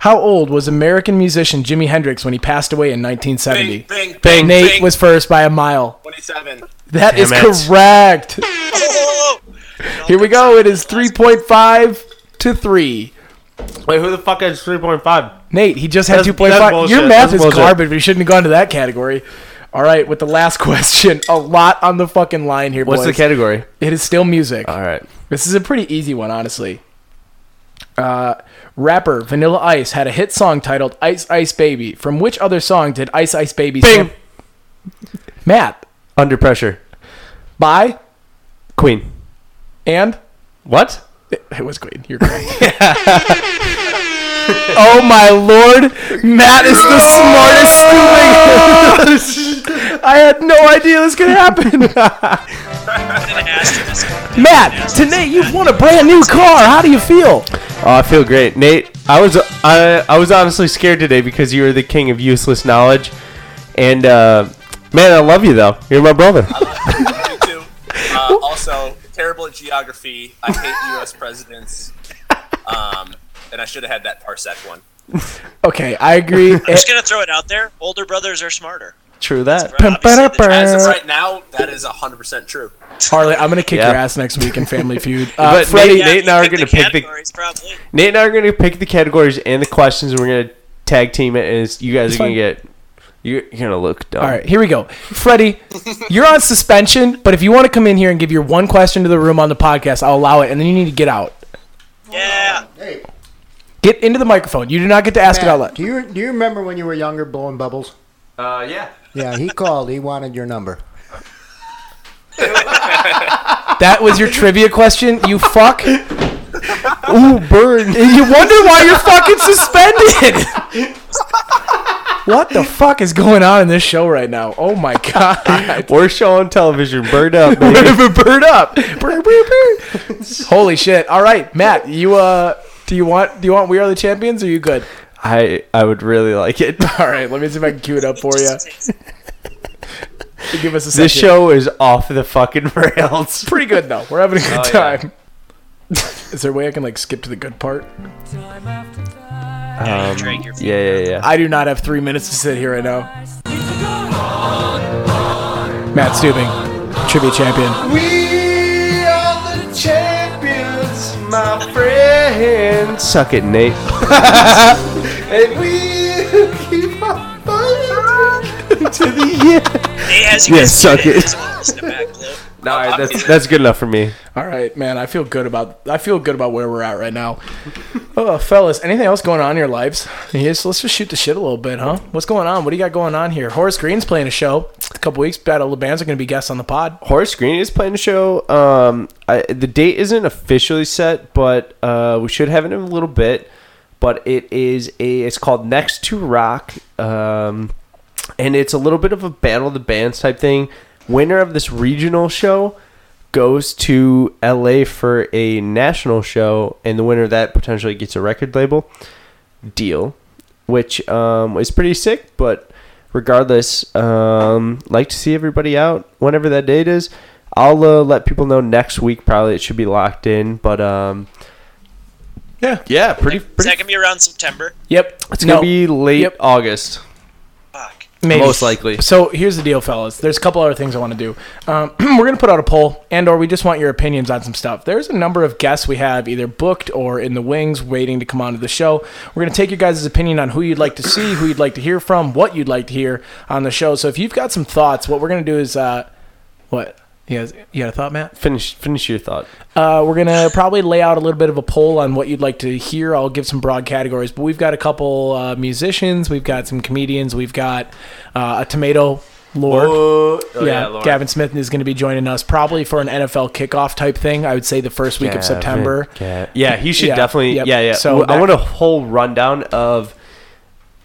How old was American musician Jimi Hendrix when he passed away in 1970? Bing. Bing. Nate Bing. was first by a mile. Twenty-seven. That is Damn it. [LAUGHS] correct. Whoa, whoa, whoa. Here we go. It is 3.5 to three. Wait, who the fuck has three point five? Nate, he just had That's- two point that's five. bullshit. Your math That's is bullshit. garbage. We shouldn't have gone to that category. All right, with the last [LAUGHS] question, a lot on the fucking line here, What's boys. the category? it is still music. All right. This is a pretty easy one, honestly. Uh, rapper Vanilla Ice had a hit song titled "Ice Ice Baby." From which other song did Ice Ice Baby? Bing. sam- Matt Under pressure. by Queen. and What? it, [LAUGHS] it was Queen. You're [LAUGHS] correct. oh my lord, Matt is the [LAUGHS] smartest. student. I had no idea this could [LAUGHS] happen. Put an asterisk. Matt, today you've won a brand new car. How do you feel? Oh, I feel great, Nate. I was I, I was honestly scared today because you were the king of useless knowledge, and uh, man, I love you though. You're my brother. Me too. Uh, also, terrible at geography. I hate U.S. [LAUGHS] presidents. Um, and I should have had that parsec one. Okay, I [LAUGHS] agree. Eh, I'm just gonna throw it out there. Older brothers are smarter. True that. Obviously, the As of Uh, trends- right now, that is 100% true. Harley, I'm gonna kick Yeah. your ass next week in [LAUGHS] Family Feud. Uh, But Freddie, Nate and I are you gonna the pick the- categories, probably. Nate and I are going to pick the categories and the questions, and we're going to tag team it, and it's, you guys are fine. gonna get you're, you're gonna look dumb. All right, here we go. Freddie, you're on suspension, but if you want to come in here and give your one question to the room on the podcast, I'll allow it, and then you need to get out. Yeah. Hey, Get into the microphone. You do not get to ask it out Matt, loud. do you do you remember when you were younger blowing bubbles? Uh, yeah. Yeah, he called. He wanted your number. That was your trivia question, you fuck. Ooh, burn. You wonder why you're fucking suspended. what the fuck is going on in this show right now? Oh my god. Worst show on television. Bird up, [LAUGHS] baby. Whatever bird up. Brr, brr, brr. Holy shit. All right, Matt, you uh do you want do you want We Are the Champions or you good? I I would really like [LAUGHS] it. All right, let me see if I can cue it up for you. Give us a second. This show is off the fucking rails. pretty good though. We're having a good Oh, yeah. time. is there a way I can like skip to the good part? Yeah, you drank your [LAUGHS] Yeah, yeah, yeah. I do not have three minutes to sit here right now. Matt Stubing, trivia champion. We are the champions, my friend. Suck it, Nate. [LAUGHS] and we keep on fighting to the [LAUGHS] end. Nate, as you Yeah, guys suck did it. just wanna listen to back, Blue. All right, that's that's good enough for me. All right, man. I feel good about I feel good about where we're at right now. Oh, fellas, anything else going on in your lives? Yes, let's just shoot the shit a little bit, huh? What's going on? What do you got going on here? Horace Green's playing a show. It's a couple weeks. Battle of the Bands are going to be guests on the pod. Horace Green is playing a show. Um, I, the date isn't officially set, but uh, we should have it in a little bit. But it is a. It's called Next to Rock, um, and it's a little bit of a battle of the bands type thing. Winner of this regional show goes to LA for a national show, and the winner of that potentially gets a record label deal, which um, is pretty sick. But regardless, um, like to see everybody out whenever that date is. I'll uh, let people know next week. Probably it should be locked in, but um, Yeah. yeah, pretty Is that pretty. gonna be around September? Yep. It's gonna be late Yep. August. Fuck. Maybe. Most likely. So here's the deal, fellas. There's a couple other things I want to do. Um, [CLEARS THROAT] we're gonna put out a poll, and/or we just want your opinions on some stuff. There's a number of guests we have either booked or in the wings, waiting to come onto the show. We're gonna take your guys' opinion on who you'd like to see, who you'd like to hear from, what you'd like to hear on the show. So if you've got some thoughts, what we're gonna do is, uh, what? You, guys, you got a thought, Matt? Finish finish your thought. Uh, we're gonna probably lay out a little bit of a poll on what you'd like to hear. I'll give some broad categories, but we've got a couple uh, musicians, we've got some comedians, we've got uh, a tomato lord. Oh, yeah, Gavin Smith is going to be joining us probably for an NFL kickoff type thing. I would say the first week of September. Yeah, he should Yeah, definitely. yep. Yeah, yeah. So So I that- want a whole rundown of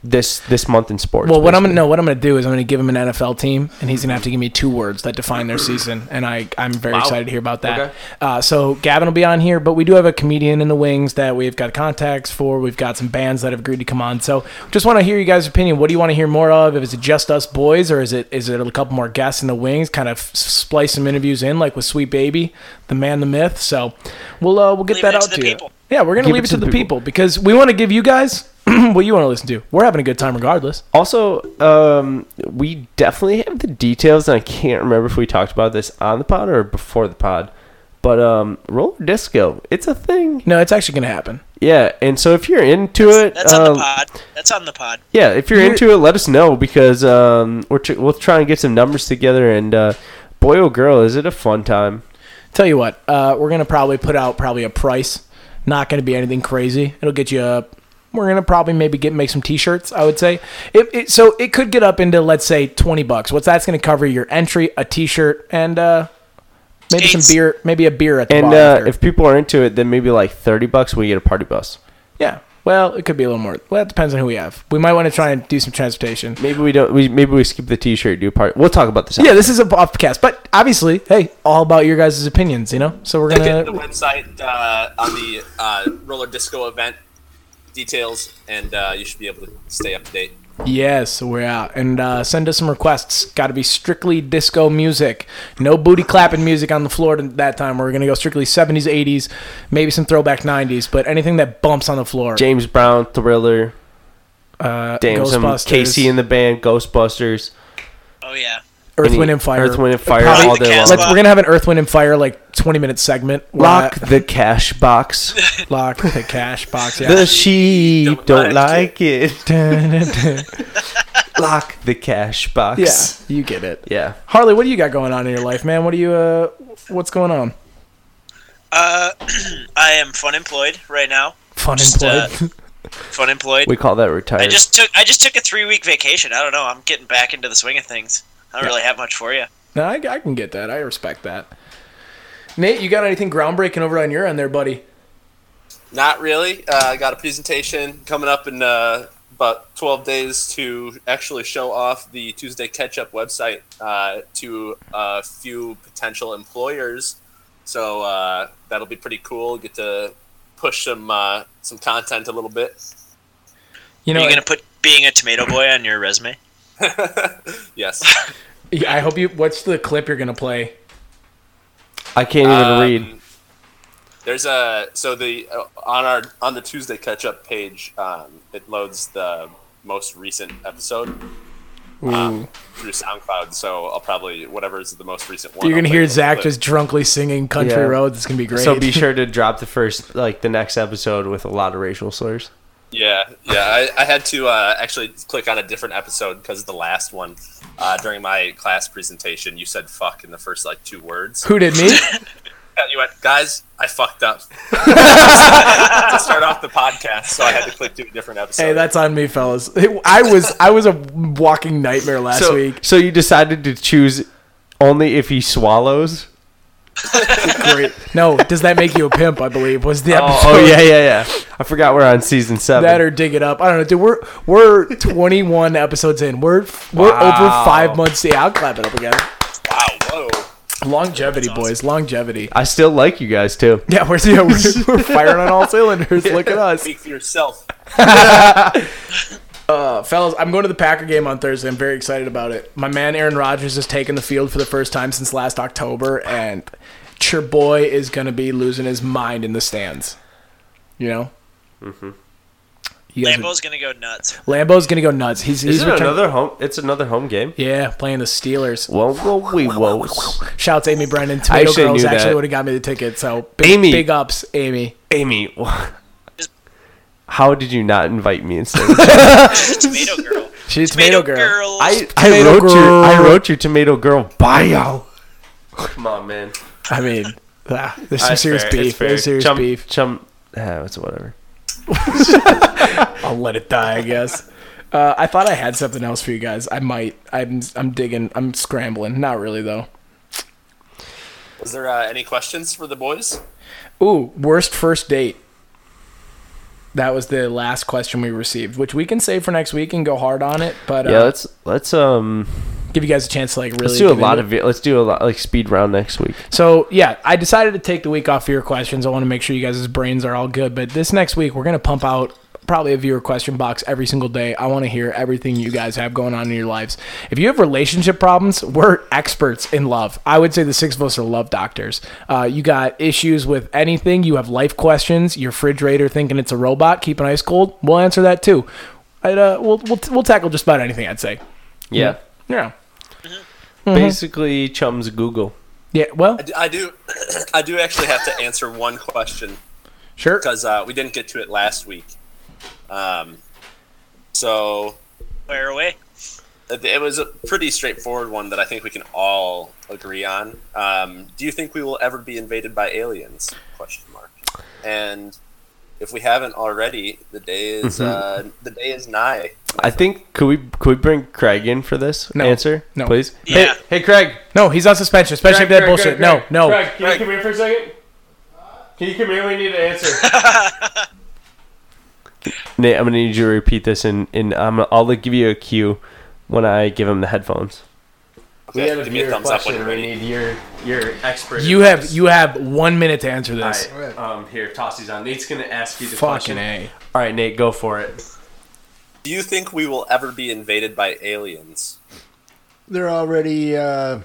this this month in sports. Well, what I'm gonna basically. no, what I'm gonna do is I'm gonna give him an NFL team, and he's gonna have to give me two words that define their season, and I I'm very excited to hear about that. Okay. Uh, so Gavin will be on here, but we do have a comedian in the wings that we've got contacts for. We've got some bands that have agreed to come on. So just want to hear you guys' opinion. What do you want to hear more of? If it's just us boys, or is it is it a couple more guests in the wings? Kind of splice some interviews in, like with Sweet Baby, the man, the myth. So we'll uh, we'll get Leave that it to out to, the you. people. Yeah, we're gonna Give leave it to, the people because we want to give you guys. [CLEARS THROAT] what you want to listen to? We're having a good time regardless. Also, um, we definitely have the details, and I can't remember if we talked about this on the pod or before the pod. But um, roller disco, it's a thing. No, it's actually going to happen. Yeah, and so if you're into it, That's on the uh, pod. That's on the pod. yeah, if you're into it, let us know because um, we're tr- we'll try and get some numbers together. And uh, boy, oh girl, is it a fun time! Tell you what, uh, we're going to probably put out probably a price. Not going to be anything crazy. It'll get you a. We're going to probably maybe get make some t-shirts, I would say. It, it, so it could get up into, let's say, 20 bucks. What's that's going to cover? Your entry, a t-shirt, and uh, maybe Skates. some beer, maybe a beer at the And bar uh, after. if people are into it, then maybe like thirty bucks, we get a party bus. yeah. Well, it could be a little more. Well, it depends on who we have. We might want to try and do some transportation. Maybe we don't. We maybe we skip the T-shirt, do a party. We'll talk about this. Yeah, this is a podcast, but obviously, hey, all about your guys' opinions, you know? So we're Look at the going to... website uh, on the uh, roller disco event details, and uh, you should be able to stay up to date. Yes, we're out. And uh, send us some requests. Got to be strictly disco music. No booty clapping music on the floor to- that time. We're going to go strictly 70s, 80s, maybe some throwback 90s, but anything that bumps on the floor. James Brown, Thriller. uh, Damn, some Ghostbusters, KC and the band, Ghostbusters, Oh yeah. Earth, Wind, and Fire. Earth, Wind, and Fire Probably- all day the long. Casbah. Let's, we're going to have an Earth, Wind, and Fire like twenty minute segment. where Lock the cash box. [LAUGHS] I- lock the cash box. Yeah. [LAUGHS] The sheep Don't don't like like it. Lock the cash yeah, box. you get it. Yeah. Harley, what do you got going on in your life, man? What do you uh, what's going on? Uh, I am fun employed right now. Fun Just, uh, employed. [LAUGHS] Fun employed. We call that retired. I just took I just took a three week vacation. I don't know. I'm getting back into the swing of things. I don't really have much for you. no, I, I can get that. I respect that. Nate, you got anything groundbreaking over on your end there, buddy? Not really. Uh, I got a presentation coming up in uh, about 12 days to actually show off the Tuesday Catch Up website uh, to a few potential employers. So uh, that'll be pretty cool. Get to push some uh, some content a little bit. You Are know, you gonna put being a tomato boy on your resume? Yes. Yeah, I hope you. What's the clip you're gonna play? I can't even read. Um, There's a so the uh, on our on the Tuesday catch up page, um, it loads the most recent episode um, through SoundCloud. So I'll probably whatever is the most recent one. You're gonna I'll hear play Zach the clip. just drunkly singing "Country Yeah. Roads." It's gonna be great. So be sure to drop the first, like the next episode with a lot of racial slurs. yeah yeah. I, I had to uh, actually click on a different episode because the last one uh, during my class presentation, you said "fuck" in the first like two [LAUGHS] words. [LAUGHS] Who did me? Yeah, you went, guys, I [LAUGHS] fucked up to start off the podcast, so I had to click to a different episode. hey, that's on me, fellas. I was I was a walking nightmare last so, week. so you decided to choose only if he swallows. Great. No, does that make you a pimp? I believe was the Oh, episode. oh, yeah, yeah, yeah. I forgot we're on season seven. That or dig it up. I don't know, dude. We're we're 21 episodes in. We're we're over five months. Yeah, I'll clap it up again. wow, whoa. Longevity, boys. Longevity. I still like you guys too. Yeah, we're [LAUGHS] yeah, we're, we're firing on all cylinders. Look at us. Speak for yourself. fellas, I'm going to the Packer game on Thursday. I'm very excited about it. My man Aaron Rodgers has taken the field for the first time since last October, and your boy is going to be losing his mind in the stands. You know. Mm-hmm. You guys Lambo's gonna go nuts. Lambo's going to go nuts. He's, he's Is it return- another home? It's another home game. Yeah, playing the Steelers. Whoa, whoa, wee, whoa. Shouts Amy Brennan. Tomato I actually Girls knew actually that. would have got me the ticket. So big, Amy. big ups, Amy. Amy, how did you not invite me instead? of- Tomato girl. She's a tomato Tomato girl. girl. I, I Tomato wrote your I girl. wrote your tomato girl bio. Come on, man. I [LAUGHS] mean, ah, there's some That's serious fair, that's beef. fair. There's serious Chum- beef. Chum, ah, it's whatever. I'll let it die, I guess. Uh, I thought I had something else for you guys. I might. I'm I'm digging. I'm scrambling. Not really though. Was there uh, any questions for the boys? Ooh, worst first date. That was the last question we received, which we can save for next week and go hard on it. But uh, Yeah, let's let's um give you guys a chance to like really let's do a get lot into of it. let's do a lot like speed round next week. So yeah, I decided to take the week off for your questions. I want to make sure you guys' brains are all good. But this next week, we're gonna pump out probably a viewer question box every single day. I want to hear everything you guys have going on in your lives. If you have relationship problems, we're experts in love. I would say the six of us are love doctors. Uh, you got issues with anything. You have life questions. Your refrigerator thinking it's a robot, keeping ice cold. We'll answer that too. I'd, uh, we'll, we'll we'll tackle just about anything. I'd say. Yeah. Yeah. Mm-hmm. Basically, Chum's Google. Yeah. Well. I do, I do, [CLEARS THROAT] I do actually have to answer one question Sure. because uh, we didn't get to it last week. Um, so Fire away. it it was a pretty straightforward one that I think we can all agree on. Um, do you think we will ever be invaded by aliens? Question mark. And if we haven't already, the day is uh, the day is nigh. I think could we could we bring Craig in for this No. answer? No. Please. Yeah. Hey, hey, Craig. No, he's on suspension, especially if that bullshit. no, no. can you come here for a second? Can you come here? We need an answer. Nate, I'm gonna need you to repeat this, and and I'm I'll like, give you a cue when I give him the headphones. Okay, give me a thumbs up when you're ready. need your your expert. You have you have one minute to answer this. um, here, toss these on. Nate's gonna ask you the Fucking a. All right, Nate, go for it. Do you think we will ever be invaded by aliens? They're already uh,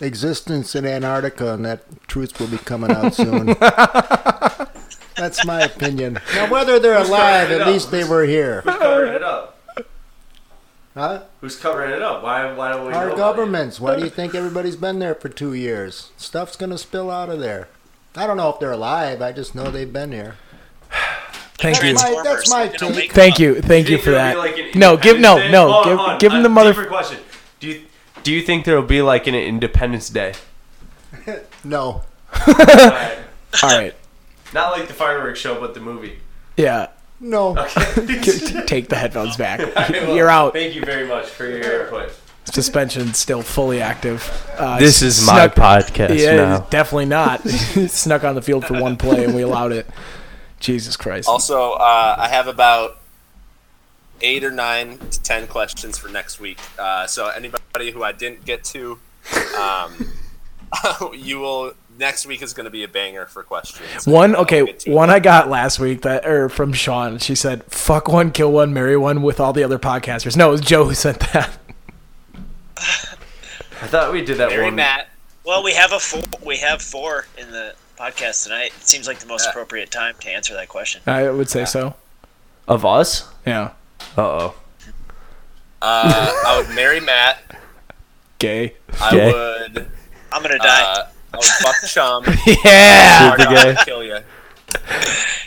existence in Antarctica, and that truth will be coming out [LAUGHS] soon. That's my opinion. Now, whether they're alive, it at up? least they were here. Covering it up. Huh? Who's covering it up? Why? Why don't we? know Our about governments. Why do you think everybody's been there for two years? Stuff's gonna spill out of there. I don't know if they're alive. I just know they've been here. Thank you. That's my, that's my Transformers. It'll take. make- Thank you. Thank it? you Do for you think that. there'll be, like, an no, give no, Independence Day? no, Hold give, on, give him a the mother. Different question. Do you do you think there will be like an Independence [LAUGHS] Day? No. All right. Not like the fireworks show, but the movie. [LAUGHS] Yeah. No. T- Take the headphones back. You're out. Thank you very much for your input. Suspension still fully active. Uh, This is my snuck- podcast yeah, now. definitely not. [LAUGHS] Snuck on the field for one play and we allowed it. Jesus Christ. Also, uh, I have about eight or nine to ten questions for next week. Uh, so anybody who I didn't get to, um, [LAUGHS] you will. Next week is going to be a banger for questions. One I'll okay, get to it. one I got last week that or from Sean. She said, "Fuck one, kill one, marry one" with all the other podcasters. No, it was Joe who sent that. [LAUGHS] I thought we did that Very one. Matt. Well, we have a four. We have four in the podcast tonight. It seems like the most appropriate time to answer that question. I would say so. Of us? Yeah, Uh oh. Uh, I would marry Matt. gay. I Okay. would. I'm gonna die. Uh, I would fuck Chum. Yeah, Hard Super on gay. kill you.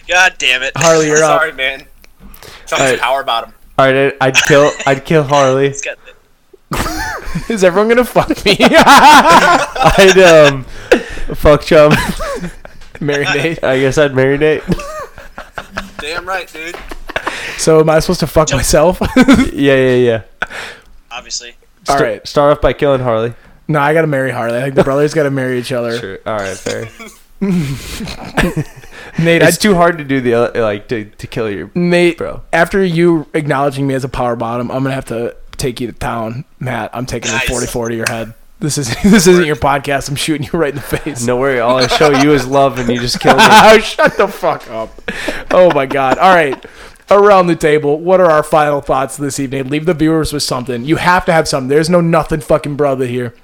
God damn it! [LAUGHS] Harley, you're up. Sorry, man. Chum's power bottom. All right, I'd, I'd kill. I'd kill [LAUGHS] Harley. [LAUGHS] It's got- Is everyone gonna fuck me? I'd um, fuck chum. marry Nate. I guess I'd marry Nate. Damn right, dude. So am I supposed to fuck myself? [LAUGHS] [LAUGHS] Yeah, yeah, yeah. obviously. all Sta- right. Start off by killing Harley. No, I gotta marry Harley. I think the brothers gotta marry each other. True. All right, [LAUGHS] fair. Nate, I It's too hard to do the other- like to, to kill your Nate, Bro. after you acknowledging me as a power bottom, I'm gonna have to take you to town, Matt. I'm taking Nice. a 44 to your head. This is [LAUGHS] this isn't your podcast. I'm shooting you right in the face. No worry, all I show you is love, and you just kill me. Oh, [LAUGHS] shut the fuck up. Oh my god. All right. Around the table, what are our final thoughts this evening? Leave the viewers with something. You have to have something. There's no nothing fucking brother here.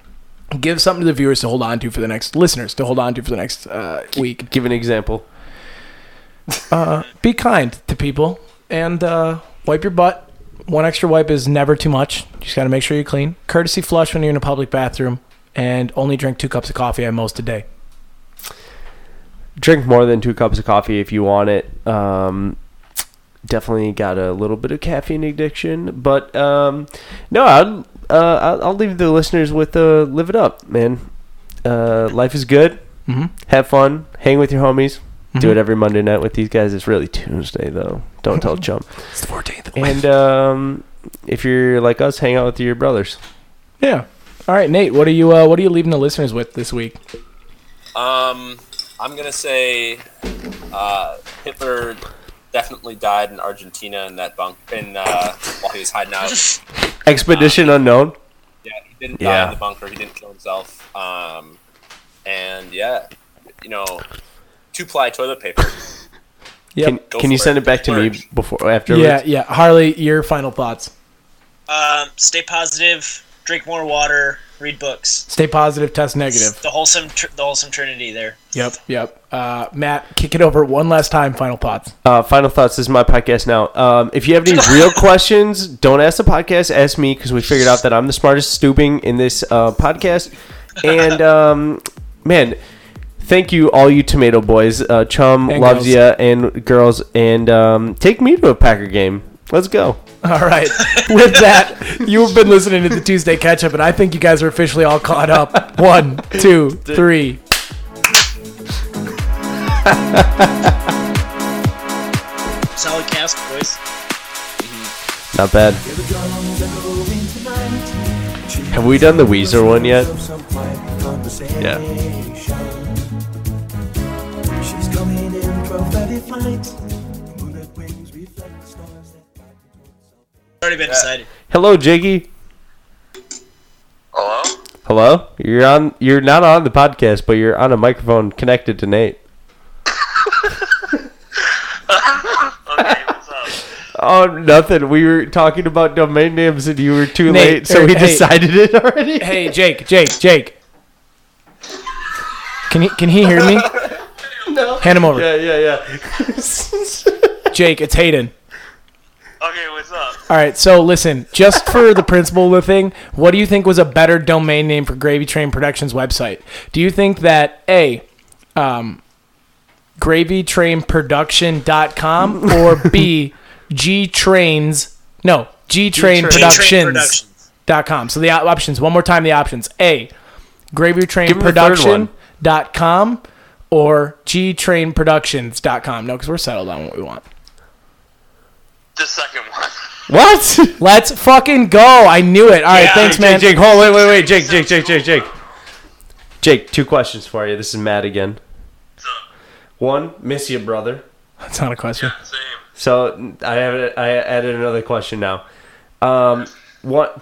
Give something to the viewers to hold on to for the next listeners to hold on to for the next uh, week. Give an example. Be kind to people and uh, wipe your butt. One extra wipe is never too much. You just got to make sure you're clean. Courtesy flush when you're in a public bathroom, and only drink two cups of coffee at most a day. Drink more than two cups of coffee if you want it. Um, definitely got a little bit of caffeine addiction, but um, no, I'd, uh, I'll, I'll leave the listeners with uh, live it up, man. Uh, life is good. Mhm. Have fun. Hang with your homies. Do it every Monday night with these guys. It's really Tuesday though. Don't tell Chump. It's the 14th. And um, if you're like us, hang out with your brothers. Yeah. All right, Nate. What are you? Uh, what are you leaving the listeners with this week? Um, I'm gonna say uh, Hitler definitely died in Argentina in that bunk in uh, while he was hiding [LAUGHS] out. Expedition unknown. Yeah, he didn't die Yeah. in the bunker. He didn't kill himself. Um, and yeah, you know, two ply toilet paper. Yep. Can, Go can you for send it. it back to me Splurge. before after? yeah, yeah. Harley, your final thoughts. Um, stay positive. Drink more water. Read books. Stay positive. Test negative. The wholesome, tr- the wholesome trinity there. Yep. Yep. Uh, Matt, kick it over one last time. Final thoughts. [LAUGHS] Uh, final thoughts. This is my podcast now. Um, if you have any real questions, don't ask the podcast. Ask me because we figured out that I'm the smartest stooping in this uh, podcast. [LAUGHS] And um, man, thank you all you tomato boys. Uh, Chum And loves girls. you and girls. And um, take me to a Packer game. Let's go. All right. With that, you've been listening to the Tuesday catch up, and I think you guys are officially all caught up. One, two, three. Solid cast, boys. Not bad. Have we done the Weezer one yet? Yeah. She's coming in from very flight. Moon that wings reflect the stars that guide me towards our Already been decided. Hello, Jiggy. Hello. Hello? You're on you're not on the podcast, but you're on a microphone connected to [LAUGHS] Nate. Okay, what's up? Oh nothing. We were talking about domain names and you were too Nate, late, so we er, hey. decided it already. Hey, Jake, Jake, Jake. Can he can he hear me? No. Hand him over. Yeah, yeah, yeah. [LAUGHS] Jake, it's Hayden. Okay, what's up? All right, so listen, just for the principle of the thing, what do you think was a better domain name for Gravy Train Productions website? Do you think that A, um, gravytrainproduction.com or B, G Trains, no, G Train Productions? dot com. So the op- options one more time. The options: A, Gravy Train Give me the third Production one. dot com or G Train Productions dot com. No, because we're settled on what we want. The second [LAUGHS] one. What? Let's fucking go! I knew it. All right, thanks, Jake, man. Jake, Jake, hold, wait, wait, wait, Jake, Jake, Jake, Jake, Jake. Jake, two questions for you. This is Matt again. One, miss you, brother. That's not a question. So I have I added another question now. Um, what?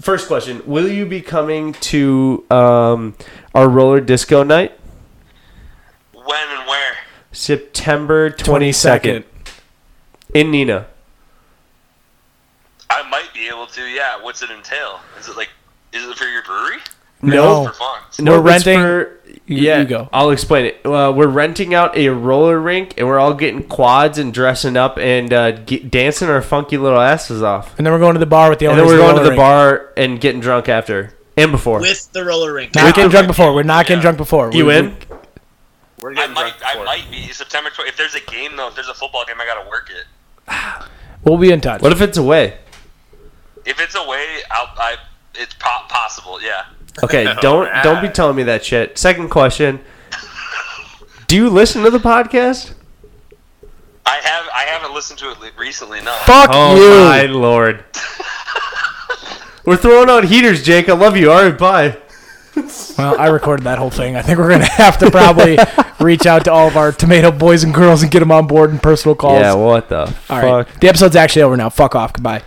First question: Will you be coming to um, our roller disco night? When and where? September twenty second. In Nina. I might be able to. Yeah. What's it entail? Is it like? Is it for your brewery? [LAUGHS] No, It's for fun. no, We're renting- It's for, yeah, I'll explain it. Uh, we're renting out a roller rink, and we're all getting quads and dressing up and uh, ge- dancing our funky little asses off. And then we're going to the bar with the and owners. then of we're going to roller the rink. bar and getting drunk after and before. With the roller rink. Not getting drunk before. We're not getting drunk before. you We- in? I might. I might be September 20. If there's a game though, if there's a football game, I gotta work it. We'll be in touch. What if it's away? If it's away, I'll, I. It's po- possible. Yeah. Okay, don't don't be telling me that shit. Second question: Do you listen to the podcast? I have. I haven't listened to it li- recently. No. oh my lord! we're throwing out heaters, Jake. I love you. All right, bye. Well, I recorded that whole thing. I think we're gonna [LAUGHS] have to [LAUGHS] probably reach out to all of our tomato boys and girls and get them on board in personal calls. Yeah, what the All right. fuck? The episode's actually over now. Fuck off. Goodbye.